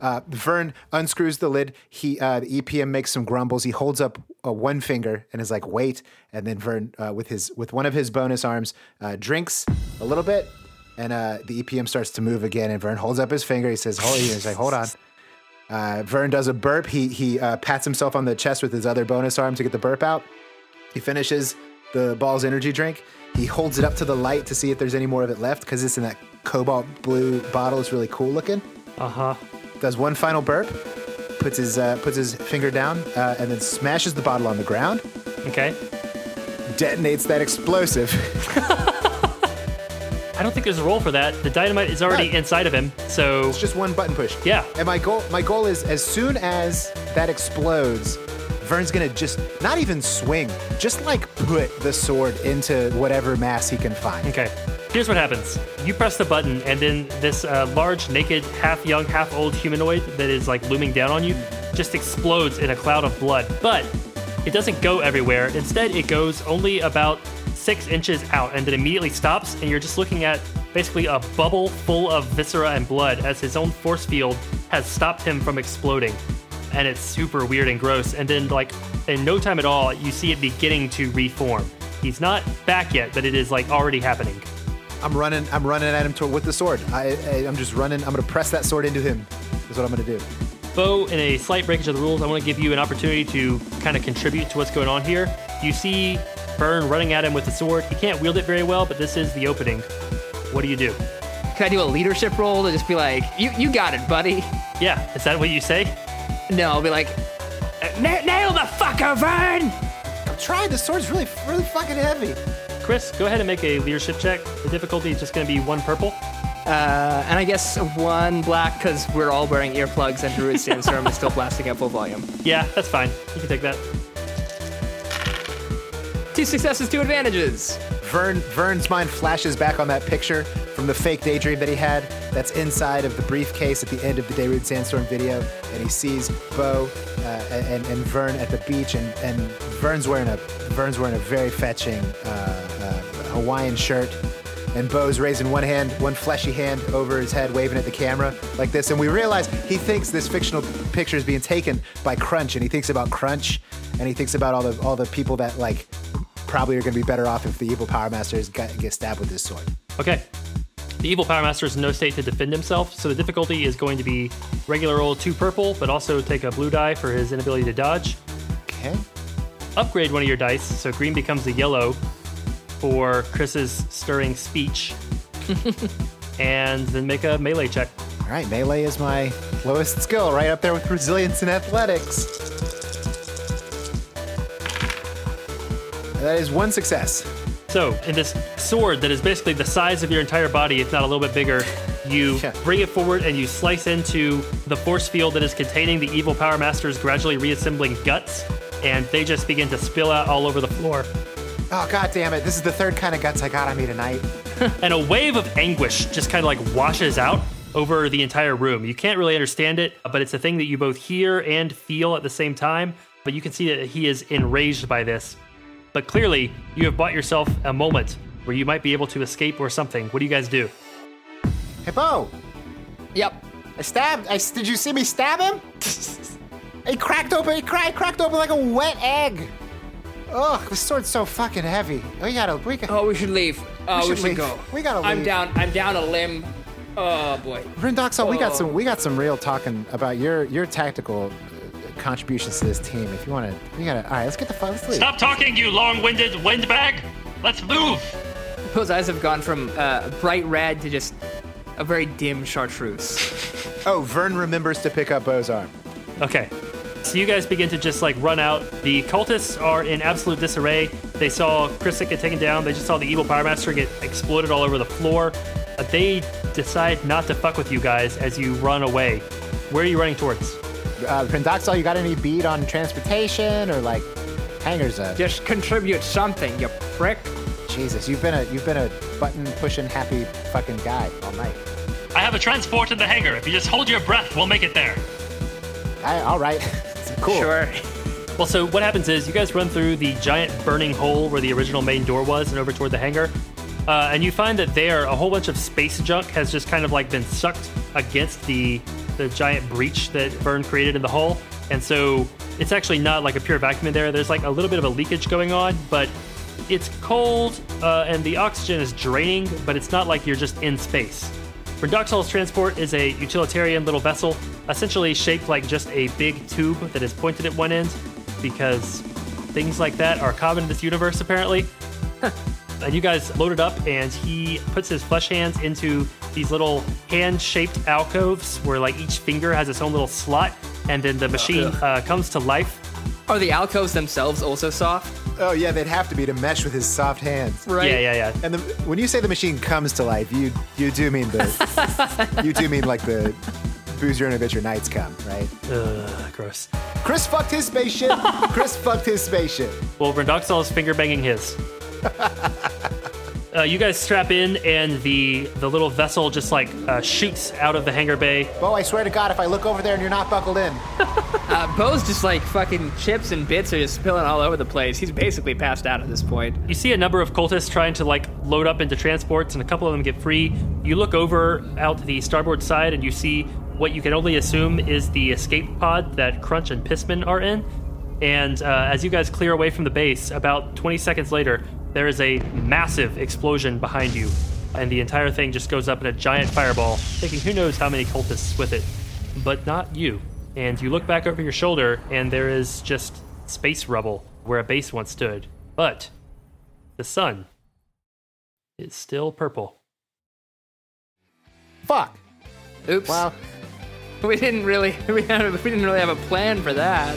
S3: uh, Vern unscrews the lid. He uh, the EPM makes some grumbles. He holds up uh, one finger and is like, "Wait!" And then Vern, uh, with his with one of his bonus arms, uh, drinks a little bit, and uh, the EPM starts to move again. And Vern holds up his finger. He says, "Hold." He's like, "Hold on." Uh, Vern does a burp. He he uh, pats himself on the chest with his other bonus arm to get the burp out. He finishes the ball's energy drink. He holds it up to the light to see if there's any more of it left because it's in that cobalt blue bottle. It's really cool looking.
S2: Uh huh.
S3: Does one final burp, puts his uh, puts his finger down, uh, and then smashes the bottle on the ground.
S2: Okay.
S3: Detonates that explosive.
S2: I don't think there's a role for that. The dynamite is already
S3: No.
S2: inside of him, so
S3: it's just one button push.
S2: Yeah.
S3: And my goal my goal is as soon as that explodes, Vern's gonna just not even swing, just like put the sword into whatever mass he can find.
S2: Okay. Here's what happens. You press the button, and then this uh, large, naked, half young, half old humanoid that is like looming down on you just explodes in a cloud of blood. But it doesn't go everywhere. Instead, it goes only about six inches out and then immediately stops, and you're just looking at basically a bubble full of viscera and blood as his own force field has stopped him from exploding. And it's super weird and gross. And then, like, in no time at all, you see it beginning to reform. He's not back yet, but it is like already happening.
S3: I'm running I'm running at him toward, with the sword. I, I I'm just running. I'm gonna press that sword into him. Is what I'm gonna do.
S2: Bo, in a slight breakage of the rules, I want to give you an opportunity to kind of contribute to what's going on here. You see Burn running at him with the sword. He can't wield it very well, but this is the opening. What do you do?
S12: Can I do a leadership role to just be like, you, you got it, buddy?
S2: Yeah, is that what you say?
S12: No, I'll be like, "Na- nail the fucker, Vern!
S3: I'm trying. The sword's really really fucking heavy.
S2: Chris, go ahead and make a leadership check. The difficulty is just going to be one purple.
S12: Uh, and I guess one black because we're all wearing earplugs and Druid Sandstorm is still blasting at full volume.
S2: Yeah, that's fine. You can take that.
S12: Two successes, two advantages.
S3: Vern Vern's mind flashes back on that picture from the fake daydream that he had that's inside of the briefcase at the end of the Dayrud Sandstorm video, and he sees Bo uh, and, and Vern at the beach, and, and Vern's wearing a Vern's wearing a very fetching uh, uh, Hawaiian shirt, and Bo's raising one hand, one fleshy hand over his head, waving at the camera like this, and we realize he thinks this fictional picture is being taken by Crunch, and he thinks about Crunch, and he thinks about all the all the people that like probably are going to be better off if the evil power master is got, gets stabbed with this sword.
S2: Okay. The evil Power Master is in no state to defend himself, so the difficulty is going to be regular old two purple, but also take a blue die for his inability to dodge.
S3: Okay.
S2: upgrade one of your dice, so green becomes a yellow for Chris's stirring speech, and then make a melee check.
S3: All right, melee is my lowest skill, right up there with resilience and athletics. That is one success.
S2: So, in this sword that is basically the size of your entire body, if not a little bit bigger, you
S3: Yeah.
S2: bring it forward and you slice into the force field that is containing the evil Power Master's gradually reassembling guts, and they just begin to spill out all over the floor.
S3: Oh god damn it! This is the third kind of guts I got on me tonight.
S2: and a wave of anguish just kind of like washes out over the entire room. You can't really understand it, but it's a thing that you both hear and feel at the same time. But you can see that he is enraged by this. But clearly, you have bought yourself a moment where you might be able to escape or something. What do you guys do?
S3: Hey Bo,
S12: Yep.
S3: I stabbed. I did you see me stab him? he cracked open. He cried. Cracked open like a wet egg. Ugh, this sword's so fucking heavy. We gotta. We gotta.
S4: Oh, we should leave. Oh,
S3: We
S4: we
S3: should
S4: should,
S3: leave.
S4: go.
S3: We gotta
S4: I'm
S3: leave.
S4: down. I'm down a limb. Oh boy.
S3: Rindoxo, we got
S4: Oh.
S3: some we got some real talking about your your tactical uh, contributions to this team. If you want to, we gotta. All right, let's get the fuck. Let's leave.
S10: Stop talking, you long-winded windbag. Let's move.
S12: Poe's eyes have gone from uh, bright red to just a very dim chartreuse.
S3: Oh, Vern remembers to pick up Bo's arm.
S2: Okay. So you guys begin to just like run out. The cultists are in absolute disarray. They saw Chrisic get taken down. They just saw the evil Pyromaster get exploded all over the floor. Uh, they decide not to fuck with you guys as you run away. Where are you running towards?
S3: Uh, Rindoxo, you got any beat on transportation or like hangers? Up?
S4: Just contribute something, you prick.
S3: Jesus, you've been a you've been a button pushing happy fucking guy all night.
S10: I have a transport in the hangar. If you just hold your breath, we'll make it there.
S3: I, all right, cool.
S4: Sure.
S2: Well, so what happens is you guys run through the giant burning hole where the original main door was and over toward the hangar. Uh, and you find that there, a whole bunch of space junk has just kind of like been sucked against the the giant breach that Vern created in the hull. And so it's actually not like a pure vacuum in there. There's like a little bit of a leakage going on, but it's cold uh, and the oxygen is draining, but it's not like you're just in space. Redoxol's transport is a utilitarian little vessel, essentially shaped like just a big tube that is pointed at one end, because things like that are common in this universe, apparently. and you guys loaded up, and he puts his flesh hands into these little hand-shaped alcoves where like each finger has its own little slot, and then the machine uh, comes to life.
S4: Are the alcoves themselves also soft?
S3: Oh yeah, they'd have to be to mesh with his soft hands.
S4: Right.
S2: Yeah, yeah, yeah.
S3: And the, when you say the machine comes to life, you you do mean the you do mean like the Booze Yanovich or Knights come, right?
S2: Ugh, gross.
S3: Chris fucked his spaceship. Chris fucked his spaceship.
S2: Well, Rendoxal is finger banging his. uh, you guys strap in, and the the little vessel just like uh, shoots out of the hangar bay.
S3: Bo, I swear to God, if I look over there and you're not buckled in,
S4: Uh, Bo's just like fucking chips and bits are just spilling all over the place. He's basically passed out at this point.
S2: You see a number of cultists trying to like load up into transports, and a couple of them get free. You look over out to the starboard side, and you see what you can only assume is the escape pod that Crunch and Pissman are in. And uh, as you guys clear away from the base, about 20 seconds later, there is a massive explosion behind you, and the entire thing just goes up in a giant fireball, taking who knows how many cultists with it, but not you. And you look back over your shoulder, and there is just space rubble where a base once stood. But the sun is still purple.
S3: fuck.
S4: Oops.
S3: Wow.
S4: We didn't really we, had, we didn't really have a plan for that.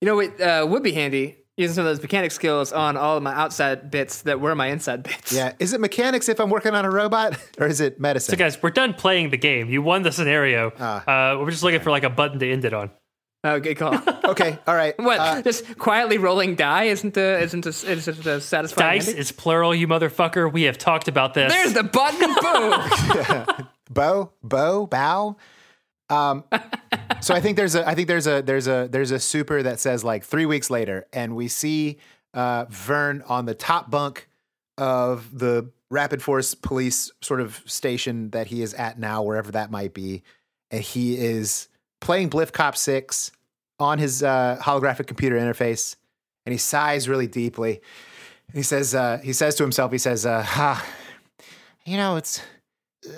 S4: You know what uh, would be handy? Using some of those mechanic skills on all of my outside bits that were my inside bits.
S3: Yeah. Is it mechanics if I'm working on a robot, or is it medicine?
S2: So, guys, we're done playing the game. You won the scenario.
S3: Ah.
S2: uh, we're just looking for like a button to end it on.
S4: Oh, good call.
S3: okay. All right.
S4: what?
S3: Uh,
S4: just quietly rolling die isn't the isn't a, isn't a satisfying.
S2: Dice
S4: ending?
S2: is plural, you motherfucker. We have talked about this.
S4: There's the button. Boom.
S3: Bo, Bo, Bow. Um, so I think there's a I think there's a there's a there's a super that says like three weeks later, and we see uh, Vern on the top bunk of the Rapid Force Police sort of station that he is at now, wherever that might be, and he is playing Bliff Cop Six on his uh, holographic computer interface, and he sighs really deeply. And he says uh, he says to himself, he says, uh, "Ha, you know it's."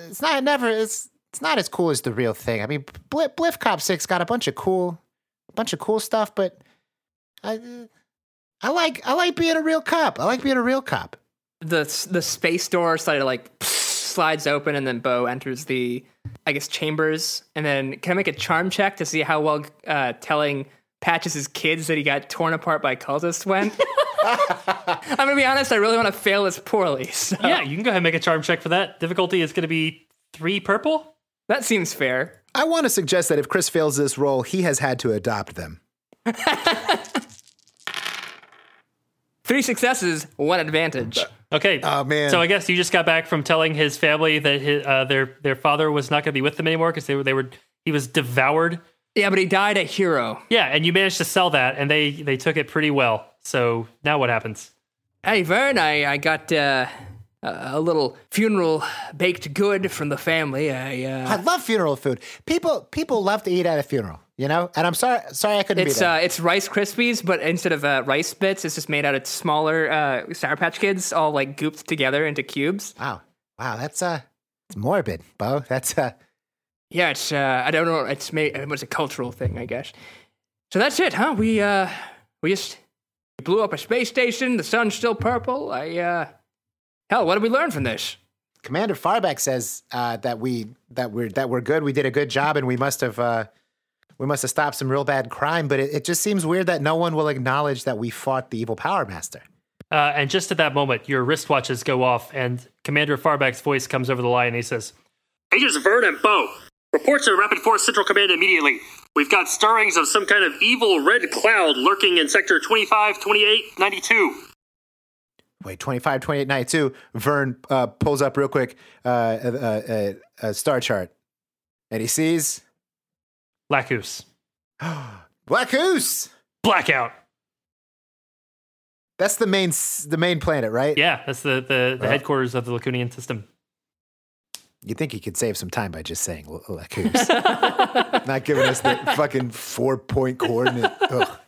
S3: it's not never it's it's not as cool as the real thing. I mean, Bl- Bliff Cop Six got a bunch of cool, a bunch of cool stuff, but I I like I like being a real cop. I like being a real cop.
S4: the the space door sort of like slides open, and then Bo enters the I guess chambers. And then can I make a charm check to see how well uh, telling Patches' kids that he got torn apart by cultists went? I'm gonna be honest. I really want to fail this poorly. So
S2: yeah, Uh, you can go ahead and make a charm check for that. Difficulty is going to be three purple.
S4: that seems fair.
S3: I want to suggest that if Chris fails this role, he has had to adopt them.
S4: Three successes, one advantage.
S2: Okay.
S3: Oh, man.
S2: So I guess you just got back from telling his family that his, uh, their their father was not going to be with them anymore because they were they were he was devoured.
S4: Yeah, but he died a hero.
S2: Yeah, and you managed to sell that, and they they took it pretty well. So now what happens?
S4: Hey Vern, I I got uh, a a little funeral baked good from the family. I uh,
S3: I love funeral food. People people love to eat at a funeral, you know. And I'm sorry sorry I couldn't
S4: It's
S3: be there.
S4: uh, it's Rice Krispies, but instead of uh, rice bits, it's just made out of smaller uh, Sour Patch Kids, all like gooped together into cubes.
S3: wow wow that's uh it's morbid, Bo. That's uh
S4: Yeah, it's uh, I don't know, it's made it was a cultural thing, I guess. So that's it, huh? We uh, we just we blew up a space station. The sun's still purple. I uh, hell, what did we learn from this?
S3: Commander Farback says uh, that we that we're that we're good. We did a good job, and we must have uh, we must have stopped some real bad crime. But it, it just seems weird that no one will acknowledge that we fought the evil Power Master.
S2: Uh, and just at that moment, your wristwatches go off, and Commander Farback's voice comes over the line, and he says,
S10: Agents Vern and Bo, report to Rapid Force Central Command immediately. We've got stirrings of some kind of evil red cloud lurking in Sector 25, 28, 92.
S3: Wait, 25, 28, 92. Vern uh, pulls up real quick uh, a, a, a, a star chart, and he sees
S2: Lacus.
S3: Black Goose.
S2: Blackout.
S3: That's the main s- the main planet, right?
S2: Yeah, that's the, the, the
S3: Uh.
S2: headquarters of the Lacunian system.
S3: You think he could save some time by just saying "L- Lacus, not giving us the fucking four point coordinate. Ugh.